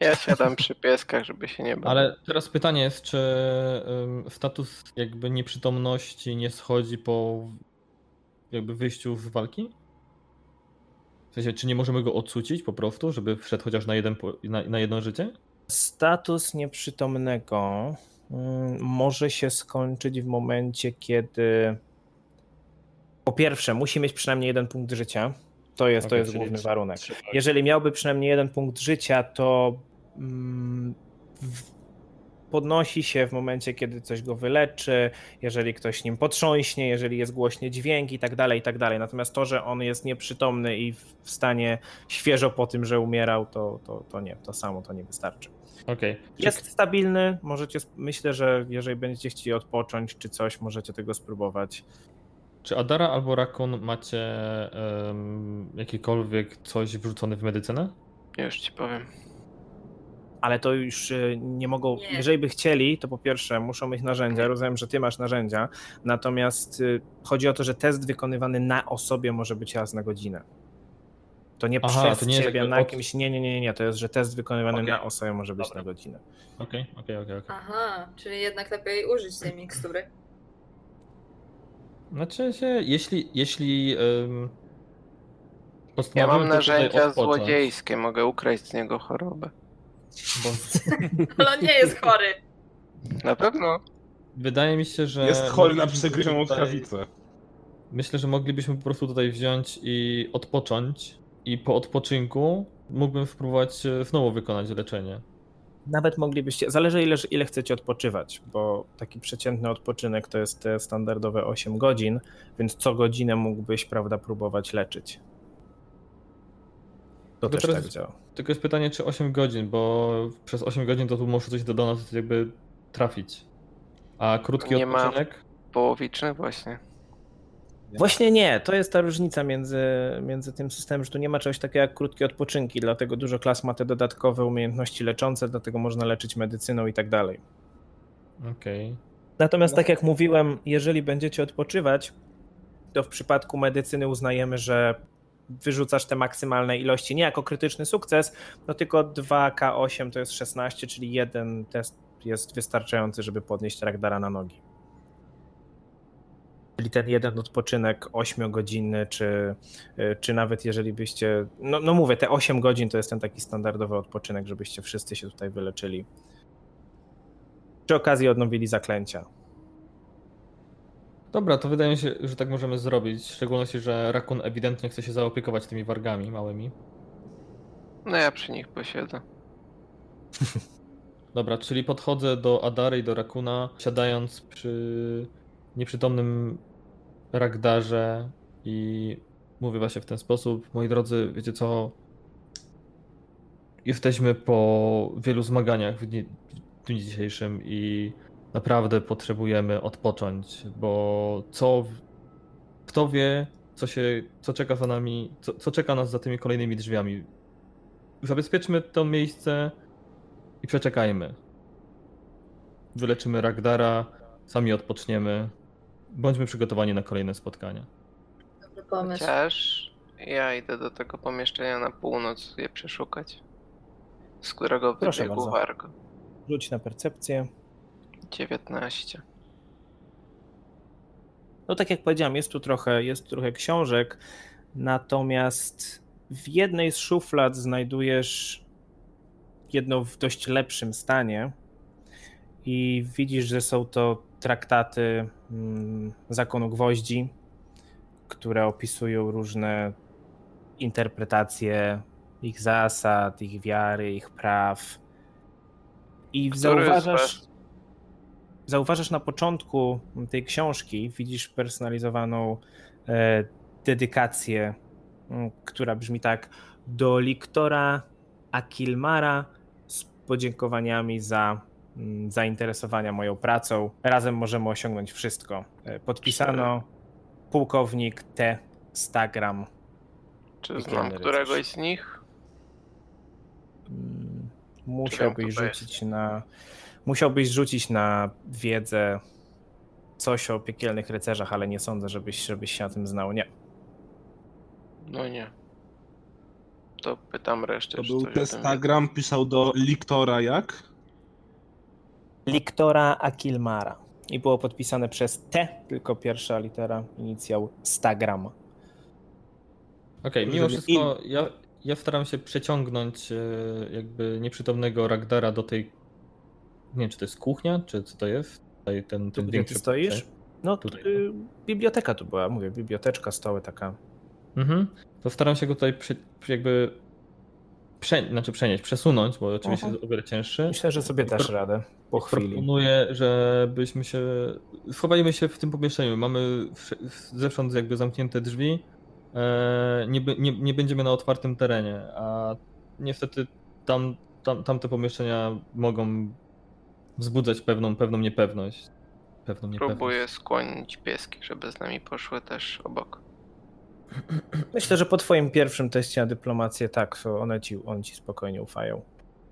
Ja siadam przy pieskach, żeby się nie bał.
Ale teraz pytanie jest, czy ym, status jakby nieprzytomności nie schodzi po jakby wyjściu z walki? W sensie, czy nie możemy go odsucić po prostu, żeby wszedł chociaż na, jeden, po- na, na jedno życie?
Status nieprzytomnego mm, może się skończyć w momencie, kiedy po pierwsze musi mieć przynajmniej jeden punkt życia. To jest, to
Okej,
jest
czyli tak.
główny
trzy-
Tak.
warunek.
trzy walki.
Jeżeli miałby przynajmniej jeden punkt życia, to mm, w- podnosi się w momencie, kiedy coś go wyleczy, jeżeli ktoś nim potrząśnie, jeżeli jest głośny dźwięk i tak dalej, i tak dalej. Natomiast to, że on jest nieprzytomny i w w stanie świeżo po tym, że umierał, to, to, to nie, to samo to nie wystarczy.
Okej.
Jest stabilny, możecie, sp- myślę, że jeżeli będziecie chcieli odpocząć czy coś, możecie tego spróbować.
Czy Adara albo Rakun macie em, jakiekolwiek coś wrzucone w medycynę?
Już ci powiem.
Ale to już y, nie mogą,
Nie.
jeżeli by chcieli, to po pierwsze muszą mieć narzędzia, rozumiem, że ty masz narzędzia, natomiast y, chodzi o to, że test wykonywany na osobie może być raz na godzinę. To nie
Aha,
przez
to nie jest
ciebie,
jakby
na
od-
kimś, nie, nie, nie, nie, nie, to jest, że test wykonywany
Okej.
na osobie może być
Dobra.
na godzinę.
Okej, okej, okej. okej.
Aha, czyli jednak lepiej użyć tej mikstury.
Znaczy się, jeśli. jeśli um,
Ja mam narzędzia złodziejskie, mogę ukraść z niego chorobę.
Ale on nie jest chory.
Na pewno.
Wydaje mi się, że.
Jest chory na
moglibyśmy
przegryzioną
E, no tutaj-
trawicę.
Myślę, że moglibyśmy po prostu tutaj wziąć i odpocząć. I po odpoczynku mógłbym spróbować e, znowu wykonać leczenie.
Nawet moglibyście, zależy ile, ile chcecie odpoczywać, bo taki przeciętny odpoczynek to jest te standardowe 8 godzin, więc co godzinę mógłbyś, prawda, próbować leczyć. To
To
też
teraz-
tak działa.
Tylko jest pytanie, czy 8 godzin, bo przez 8 godzin to tu może coś do, do nas jakby trafić. A krótki
Nie ma.
odpoczynek?
Połowiczny właśnie.
Właśnie nie, to jest ta różnica między, między tym systemem, że tu nie ma czegoś takiego jak krótkie odpoczynki, dlatego dużo klas ma te dodatkowe umiejętności leczące, dlatego można leczyć medycyną i tak dalej.
Okej.
Natomiast tak jak mówiłem, jeżeli będziecie odpoczywać, to w przypadku medycyny uznajemy, że wyrzucasz te maksymalne ilości nie jako krytyczny sukces, no tylko 2K8 to jest 16, czyli jeden test jest wystarczający, żeby podnieść Ragdara na nogi. Czyli ten jeden odpoczynek 8 godziny, czy, y, czy nawet jeżeli byście. No, no mówię, te 8 godzin to jest ten taki standardowy odpoczynek, żebyście wszyscy się tutaj wyleczyli. Przy okazji odnowili zaklęcia.
Dobra, to wydaje mi się, że tak możemy zrobić. W szczególności, że Rakun ewidentnie chce się zaopiekować tymi wargami małymi.
No ja przy nich posiedzę.
Dobra, czyli podchodzę do Adary i do Rakuna, siadając przy nieprzytomnym Ragdarze i mówię właśnie w ten sposób. Moi drodzy, wiecie co? Jesteśmy po wielu zmaganiach w dniu, w dniu dzisiejszym i naprawdę potrzebujemy odpocząć, bo co... Kto wie, co się... co czeka za nami, co, co czeka nas za tymi kolejnymi drzwiami. Zabezpieczmy to miejsce i przeczekajmy. Wyleczymy Ragdara, sami odpoczniemy. Bądźmy przygotowani na kolejne spotkania.
Dobry pomysł.
Chociaż ja idę do tego pomieszczenia na północ je przeszukać. Z którego
Proszę
wybiegł
bardzo.
Wargo.
Rzuć na percepcję.
19.
No tak jak powiedziałem, jest tu trochę, jest tu trochę książek, natomiast w jednej z szuflad znajdujesz jedną w dość lepszym stanie i widzisz, że są to traktaty mm, zakonu gwoździ, które opisują różne interpretacje ich zasad, ich wiary, ich praw. I
Który z
zauważasz,
was-
zauważasz na początku tej książki, widzisz personalizowaną e, dedykację, m, mm, która brzmi tak do Liktora Akilmara z podziękowaniami za mm, zainteresowania moją pracą. Razem możemy osiągnąć wszystko. E, Podpisano pułkownik T. Stagram.
Czy
I
znam
kelner
któregoś
jesteś.
z nich?
Mm,
Czemu
Musiałbyś
to jest?
rzucić na. Musiałbyś rzucić na wiedzę coś o piekielnych rycerzach, ale nie sądzę, żebyś, żebyś się na tym znał. Nie.
No nie. To pytam resztę.
To
czy
był
coś o tym wiedzą.
testagram, pisał do Liktora jak?
Liktora Akilmara. I było podpisane przez T, tylko pierwsza litera, inicjał Stagram.
Okej,
Dobrze,
mimo
że nie
wszystko ja, ja staram się przeciągnąć e, jakby nieprzytomnego Ragdara do tej. Nie wiem, czy to jest kuchnia, czy co to jest? Tutaj ten,
Tu
ten
gdzie ty
większy
stoisz? No,
Tutaj.
y, biblioteka tu była, mówię, biblioteczka, stoły taka.
Mhm. To staram się go tutaj przy, przy jakby. Prze, znaczy przenieść, przesunąć, bo oczywiście
Aha.
jest o wiele cięższy.
Myślę, że sobie dasz radę po chwili.
Proponuję, żebyśmy się. Schowajmy się w tym pomieszczeniu. Mamy wsz- zewsząd jakby zamknięte drzwi. E, Nie, b- nie, nie będziemy na otwartym terenie, a niestety tam, tam, tamte pomieszczenia mogą wzbudzać pewną, pewną niepewność. Pewną niepewność.
Próbuję skłonić pieski, żeby z nami poszły też obok.
Myślę, że po twoim pierwszym teście na dyplomację tak, to one ci, one ci spokojnie ufają.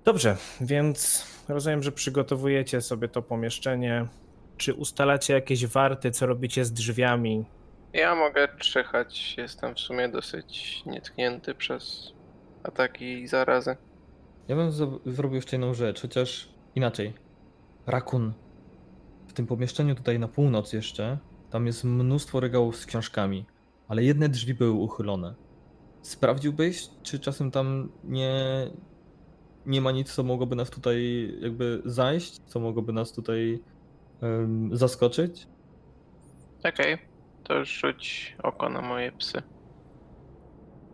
Dobrze, więc rozumiem, że przygotowujecie sobie to pomieszczenie. Czy ustalacie jakieś warty, co robicie z drzwiami?
Ja mogę czyhać. Jestem w sumie dosyć nietknięty przez ataki i zarazy.
Ja bym zro- zrobił jeszcze jedną rzecz, chociaż inaczej. Rakun. W tym pomieszczeniu tutaj na północ jeszcze, tam jest mnóstwo regałów z książkami, ale jedne drzwi były uchylone. Sprawdziłbyś, czy czasem tam nie, nie ma nic, co mogłoby nas tutaj jakby zajść, co mogłoby nas tutaj em, zaskoczyć?
Okej, to rzuć oko na moje psy.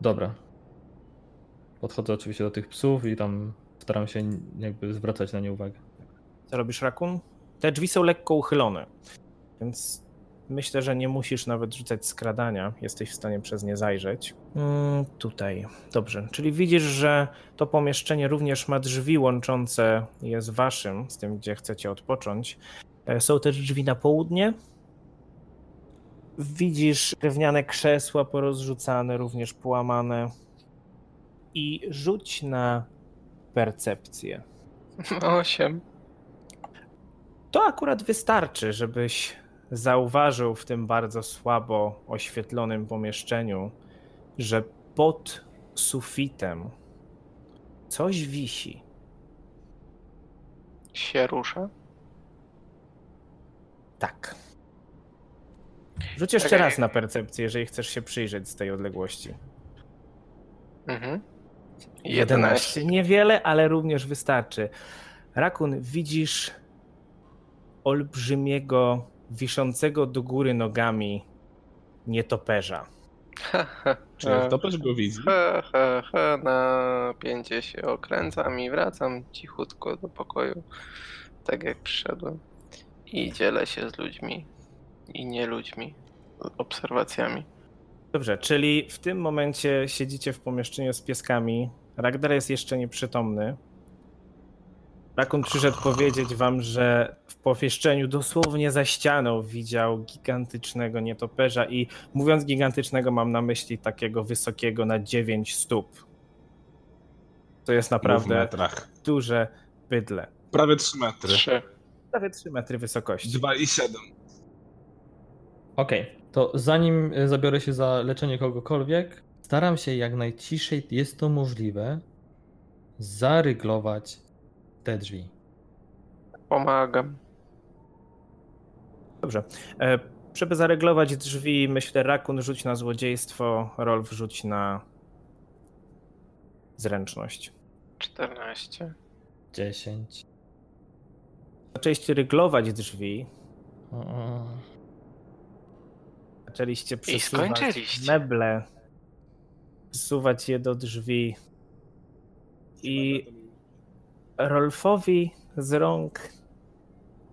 Dobra. Podchodzę oczywiście do tych psów i tam staram się jakby zwracać na nie uwagę.
Co robisz, Rakun? Te drzwi są lekko uchylone, więc myślę, że nie musisz nawet rzucać skradania. Jesteś w stanie przez nie zajrzeć. Mm, tutaj. Dobrze. Czyli widzisz, że to pomieszczenie również ma drzwi łączące je z waszym, z tym, gdzie chcecie odpocząć. E, Są też drzwi na południe. Widzisz drewniane krzesła porozrzucane, również połamane. I rzuć na percepcję.
Osiem.
To akurat wystarczy, żebyś zauważył w tym bardzo słabo oświetlonym pomieszczeniu, że pod sufitem coś wisi.
Się rusza.
Tak. Rzuć jeszcze
Okej.
raz na percepcję, jeżeli chcesz się przyjrzeć z tej odległości.
Mhm.
11. Niewiele, ale również wystarczy. Rakun, widzisz olbrzymiego, wiszącego do góry nogami nietoperza.
Ha, ha,
Czy
ha.
to też go widzi?
Ha, ha, ha, napięcie się okręcam i wracam cichutko do pokoju, tak jak przyszedłem. I dzielę się z ludźmi i nie ludźmi, obserwacjami.
Dobrze, czyli w tym momencie siedzicie w pomieszczeniu z pieskami. Ragdar jest jeszcze nieprzytomny. Rakun przyszedł powiedzieć wam, że w pomieszczeniu dosłownie za ścianą widział gigantycznego nietoperza i mówiąc gigantycznego mam na myśli takiego wysokiego na 9 stóp. To jest
W
naprawdę
metrach.
duże bydle.
Prawie 3 metry.
Trzy.
Prawie 3 metry wysokości.
2,7.
Okej, to zanim y, zabiorę się za leczenie kogokolwiek, staram się jak najciszej jest to możliwe zaryglować te drzwi.
Pomagam.
E, Żeby zareglować drzwi, myślę, Rakun rzuć na złodziejstwo, Rolf rzuć na zręczność.
14.
10.
Zaczęliście ryglować drzwi,
O, o.
zaczęliście przesuwać
skończyliście.
meble, przesuwać je do drzwi i Rolfowi z rąk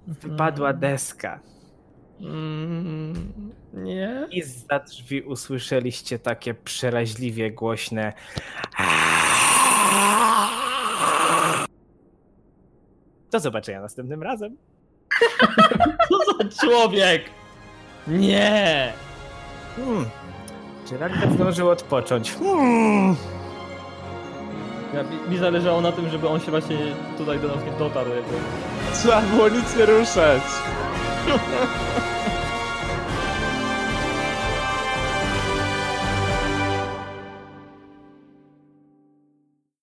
wypadła deska
Mm, nie.
i za drzwi usłyszeliście takie przeraźliwie głośne Do zobaczenia następnym razem.
Co za człowiek! Nie!
Hmm. Czy Ragnar zdążył odpocząć? Hmm.
Ja, mi, mi zależało na tym, żeby on się właśnie tutaj do nas nie dotarł. Jakby.
Trzeba było nic nie ruszać.